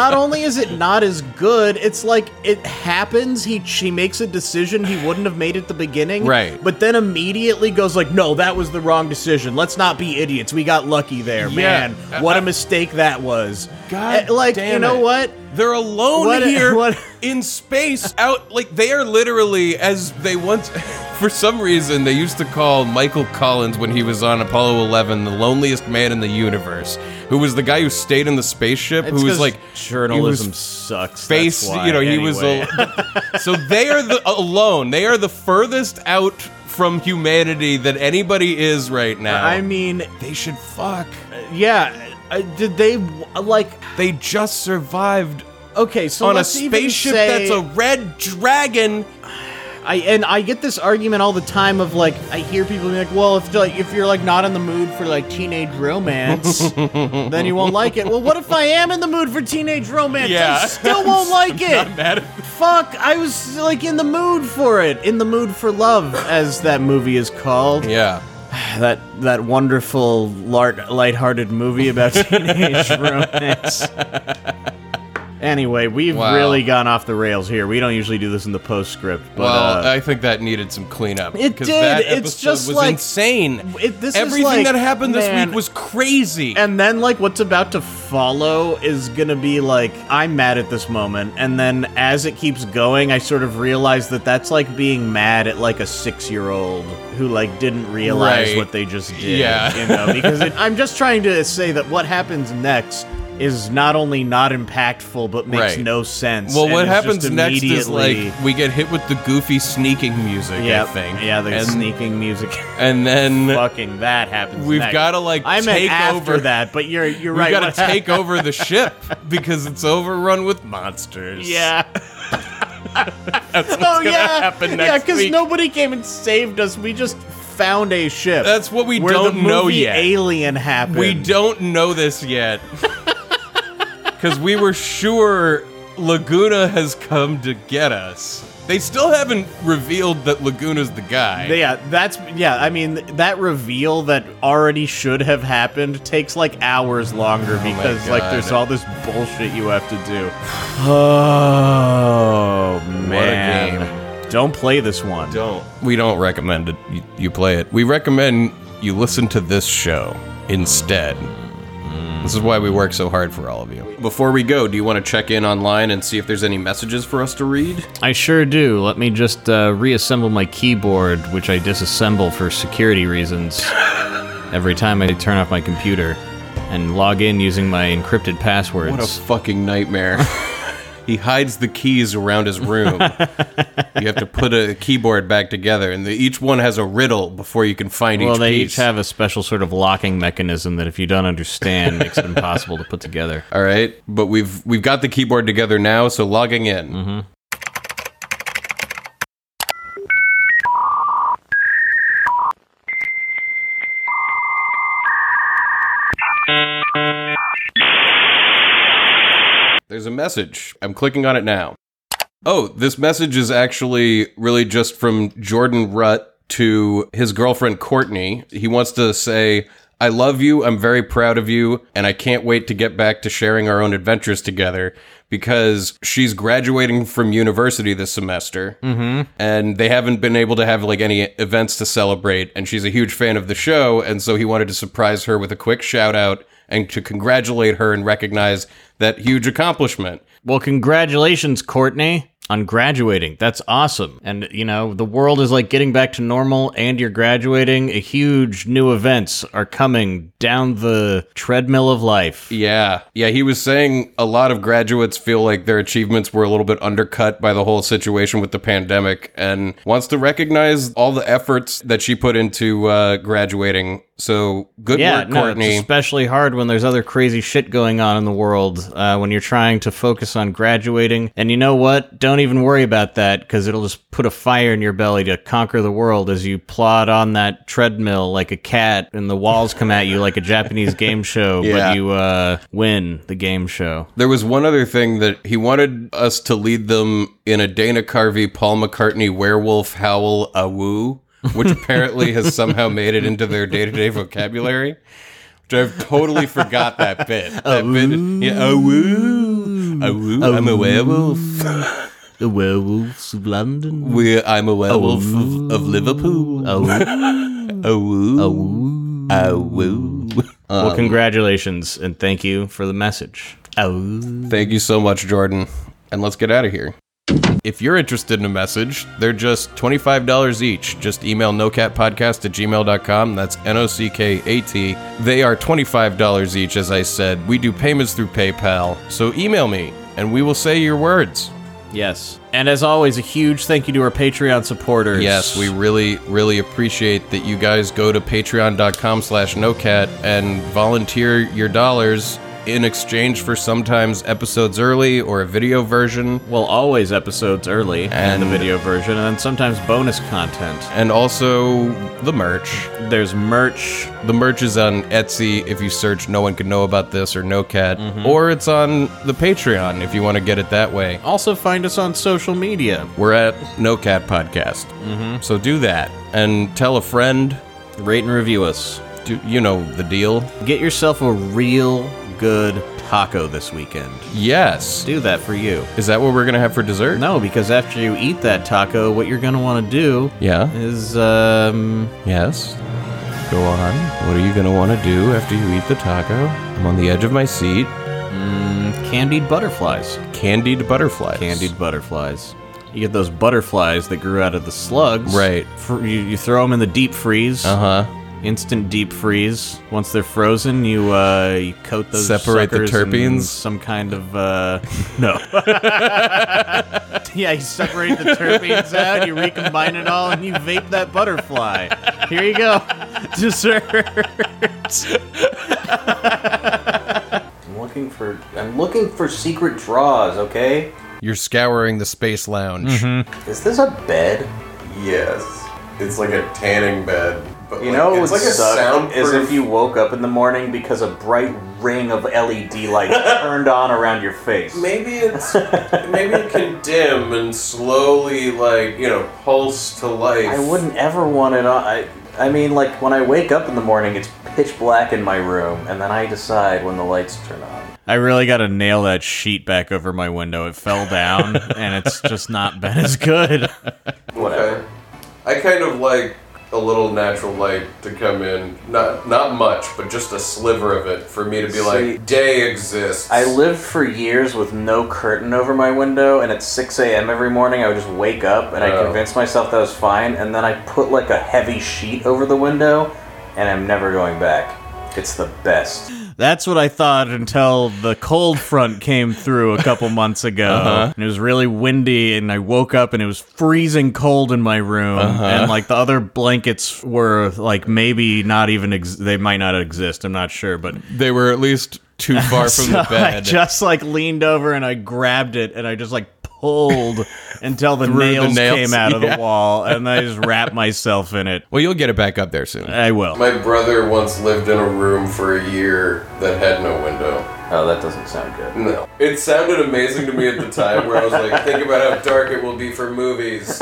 D: not only is it not as good, it's like it happens. He she makes a decision he wouldn't have made at the beginning,
H: Right.
D: But then immediately goes like, no, that was the wrong decision. Let's not be idiots. We got lucky there,
H: Yeah.
D: man. What a mistake that was.
H: God
D: Eh, like you
H: damn
D: know
H: it.
D: what?
H: They're alone
D: What-
H: here
D: what-
H: in space, out like they are literally as they once. For some reason, they used to call Michael Collins when he was on Apollo 11 the loneliest man in the universe, who was the guy who stayed in the spaceship, who was like
D: journalism
H: he was
D: sucks.
H: face. You know, he was al- so they are the alone. They are the furthest out from humanity that anybody is right now.
D: I mean,
H: they should fuck.
D: yeah. uh, Did they w- like?
H: They just survived
D: Okay, so
H: on a
D: let's even
H: spaceship
D: say-
H: that's a red dragon.
D: I and I get this argument all the time of like I hear people be like, well, if like if you're like not in the mood for like teenage romance, then you won't like it. Well, what if I am in the mood for teenage romance?
H: Yeah.
D: I still won't like it.
H: mad
D: Fuck, I was like in the mood for it, in the mood for love, as that movie is called.
H: Yeah.
D: That that wonderful lart lighthearted movie about teenage romance. Anyway, we've
H: Wow.
D: really gone off the rails here. We don't usually do this in the postscript, but
H: well,
D: uh,
H: I think that needed some cleanup.
D: It
H: 'cause
D: did.
H: That
D: It's
H: episode
D: just
H: was
D: like-
H: insane.
D: it- this is
H: Everything
D: like,
H: that happened this
D: man-
H: week was crazy.
D: and then like what's about to follow is gonna be like I'm mad at this moment, and then as it keeps going, I sort of realize that that's like being mad at like a six year old who like didn't realize
H: Right.
D: what they just did.
H: Yeah.
D: you know, because it, I'm just trying to say that what happens next is not only not impactful but makes
H: Right.
D: no sense.
H: well,
D: and
H: what
D: is just
H: happens next is
D: immediately-
H: like we get hit with the goofy sneaking music
D: yeah,
H: I think.
D: yeah, the
H: and,
D: sneaking music.
H: and then
D: Fucking that happens.
H: We've
D: next.
H: gotta, like,
D: I meant
H: take
D: after
H: over-
D: that, but you're you're
H: we
D: right.
H: gotta
D: what-
H: take over the ship because it's overrun with monsters.
D: Yeah. oh yeah.
H: happen
D: yeah,
H: next
D: because
H: week.
D: nobody came and saved us. We just found a ship.
H: That's what we
D: where
H: don't
D: the
H: know
D: movie
H: yet.
D: Alien happened.
H: We don't know this yet. Because we were sure Laguna has come to get us. They still haven't revealed that Laguna's the guy.
D: Yeah, that's yeah. I mean, that reveal that already should have happened takes like hours longer because like
H: Oh God.
D: there's all this bullshit you have to do. Oh
H: what a
D: man.
H: game.
D: Don't play this one.
H: Don't. We don't recommend it. You, you play it. We recommend you listen to this show instead. This is why we work so hard for all of you. Hmm. Before we go, do you want to check in online and see if there's any messages for us to read?
D: I sure do. Let me just uh, reassemble my keyboard, which I disassemble for security reasons every time I turn off my computer and log in using my encrypted passwords.
H: What a fucking nightmare. he hides the keys around his room. you have to put a keyboard back together, and the, each one has a riddle before you can find
D: well,
H: each
D: they
H: piece.
D: each have a special sort of locking mechanism that if you don't understand makes it impossible to put together.
H: All right, but we've we've got the keyboard together now, so logging in.
D: Mm-hmm.
H: There's a message. I'm clicking on it now. Oh, this message is actually really just from Jordan Rutt to his girlfriend Courtney. He wants to say, I love you, I'm very proud of you, and I can't wait to get back to sharing our own adventures together because she's graduating from university this semester and they haven't been able to have like any events to celebrate and she's a huge fan of the show and so he wanted to surprise her with a quick shout out and to congratulate her and recognize that huge accomplishment.
D: Well, congratulations, Courtney, on graduating. That's awesome. And, you know, the world is like getting back to normal and you're graduating. A huge new events are coming down the treadmill of life.
H: Yeah. Yeah, he was saying a lot of graduates feel like their achievements were a little bit undercut by the whole situation with the pandemic and wants to recognize all the efforts that she put into uh, graduating. So good
D: Yeah,
H: work,
D: no, it's
H: Courtney.
D: especially hard when there's other crazy shit going on in the world. Uh, when you're trying to focus on graduating, and you know what? Don't even worry about that because it'll just put a fire in your belly to conquer the world as you plod on that treadmill like a cat, and the walls come at you like a Japanese game show,
H: Yeah.
D: but you uh, win the game show.
H: There was one other thing that he wanted us to lead them in a Dana Carvey, Paul McCartney, werewolf, howl, awoo, which apparently has somehow made it into their day to day vocabulary. Which I've totally forgot that bit. That bit, yeah, awoo, awoo, I'm a werewolf.
D: The werewolves of London.
H: We're, I'm a werewolf of, of Liverpool. Awoo, awoo, awoo.
D: well, congratulations and thank you for the message. Oh.
H: Thank you so much, Jordan. And let's get out of here. If you're interested in a message, they're just $25 each. Just email nocatpodcast at gmail.com. That's N O C K A T. They are $25 each, as I said. We do payments through PayPal. So email me, and we will say your words.
D: Yes. And as always, a huge thank you to our Patreon supporters.
H: Yes, we really, really appreciate that you guys go to patreon.com slash nocat and volunteer your dollars in exchange for sometimes episodes early or a video version.
D: Well, always episodes early and, the
H: And-
D: video version, and then sometimes bonus content.
H: and also the merch.
D: There's merch.
H: The merch is on Etsy if you search No One Can Know About This or No Cat,
D: Mm-hmm.
H: or it's on the Patreon if you want to get it that way.
D: Also, find us on social media.
H: We're at No Cat Podcast. Mm-hmm. So do that and tell a friend.
D: Rate and review us.
H: Do, you know the deal.
D: Get yourself a real good taco this weekend.
H: Yes.
D: Do that for you.
H: Is that what we're going to have for dessert?
D: No, because after you eat that taco, what you're going to want to do
H: Yeah.
D: is, um,
H: Yes. Go on. What are you going to want to do after you eat the taco? I'm on the edge of my seat.
D: candied butterflies.
H: Candied butterflies.
D: candied butterflies. You get those butterflies that grew out of the slugs.
H: Right.
D: Fr- you, you throw them in the deep freeze.
H: Uh huh.
D: Instant deep freeze. Once they're frozen, you uh, you coat those
H: Separate the
D: suckers in
H: terpenes?
D: Some kind of uh, no. yeah, you separate the terpenes out. You recombine it all, and you vape that butterfly. Here you go, dessert.
E: I'm looking for I'm looking for secret draws, okay?
H: You're scouring the space lounge.
E: Is this a bed?
A: Yes. It's like a tanning bed. But
E: You
A: like-
E: know,
A: it's
E: what
A: like a
E: sucked
A: soundproof.
E: is if you woke up in the morning because a bright ring of LED light turned on around your face.
A: Maybe it's maybe it can dim and slowly like you know pulse to life.
E: I wouldn't ever want it on. I, I mean, like when I wake up in the morning, it's pitch black in my room, and then I decide when the lights turn on.
D: I really got to nail that sheet back over my window. It fell down, and it's just not been as good.
E: Whatever.
A: Okay. I kind of like a little natural light to come in. Not not much, but just a sliver of it for me to be
E: See-
A: like, day exists.
E: I lived for years with no curtain over my window, and at 6 a.m. every morning I would just wake up and I
A: Oh.
E: convinced myself that was fine, and then I put like a heavy sheet over the window, and I'm never going back. It's the best.
D: That's what I thought until the cold front came through a couple months ago.
H: Uh-huh.
D: And it was really windy, and I woke up and it was freezing cold in my room.
H: Uh-huh.
D: And like the other blankets were like maybe not even, ex- they might not exist. I'm not sure. But
H: They were at least too far from
D: so
H: the
D: I
H: bed.
D: just like leaned over and I grabbed it and I just like pulled until the
H: the
D: nails,
H: nails,
D: came out of
H: yeah.
D: the wall. And I just wrapped myself in it.
H: well, you'll get it back up there soon.
D: I will.
A: My brother once lived in a room for a year that had no window.
E: Oh, that doesn't sound good.
A: No. It sounded amazing to me at the time where I was like, think about how dark it will be for movies.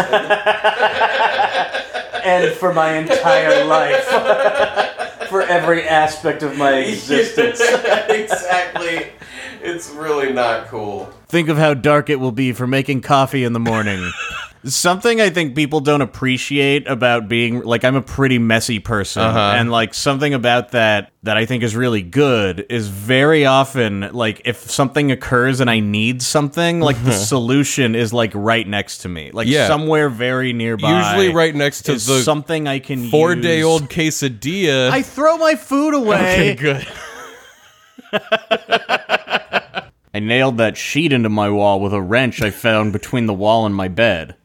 I: and for my entire life. for every aspect of my existence.
A: exactly. It's really not cool.
D: Think of how dark it will be for making coffee in the morning. something I think people don't appreciate about being like I'm a pretty messy person
H: Uh-huh.
D: and like something about that that I think is really good is very often like if something occurs and I need something like the solution is like right next to me like
H: Mm-hmm. Yeah.
D: somewhere very nearby
H: Usually right next to
D: is
H: the
D: something I can
H: four day
D: use.
H: old quesadilla.
D: I throw my food away
H: okay, good.
D: I nailed that sheet into my wall with a wrench I found between the wall and my bed.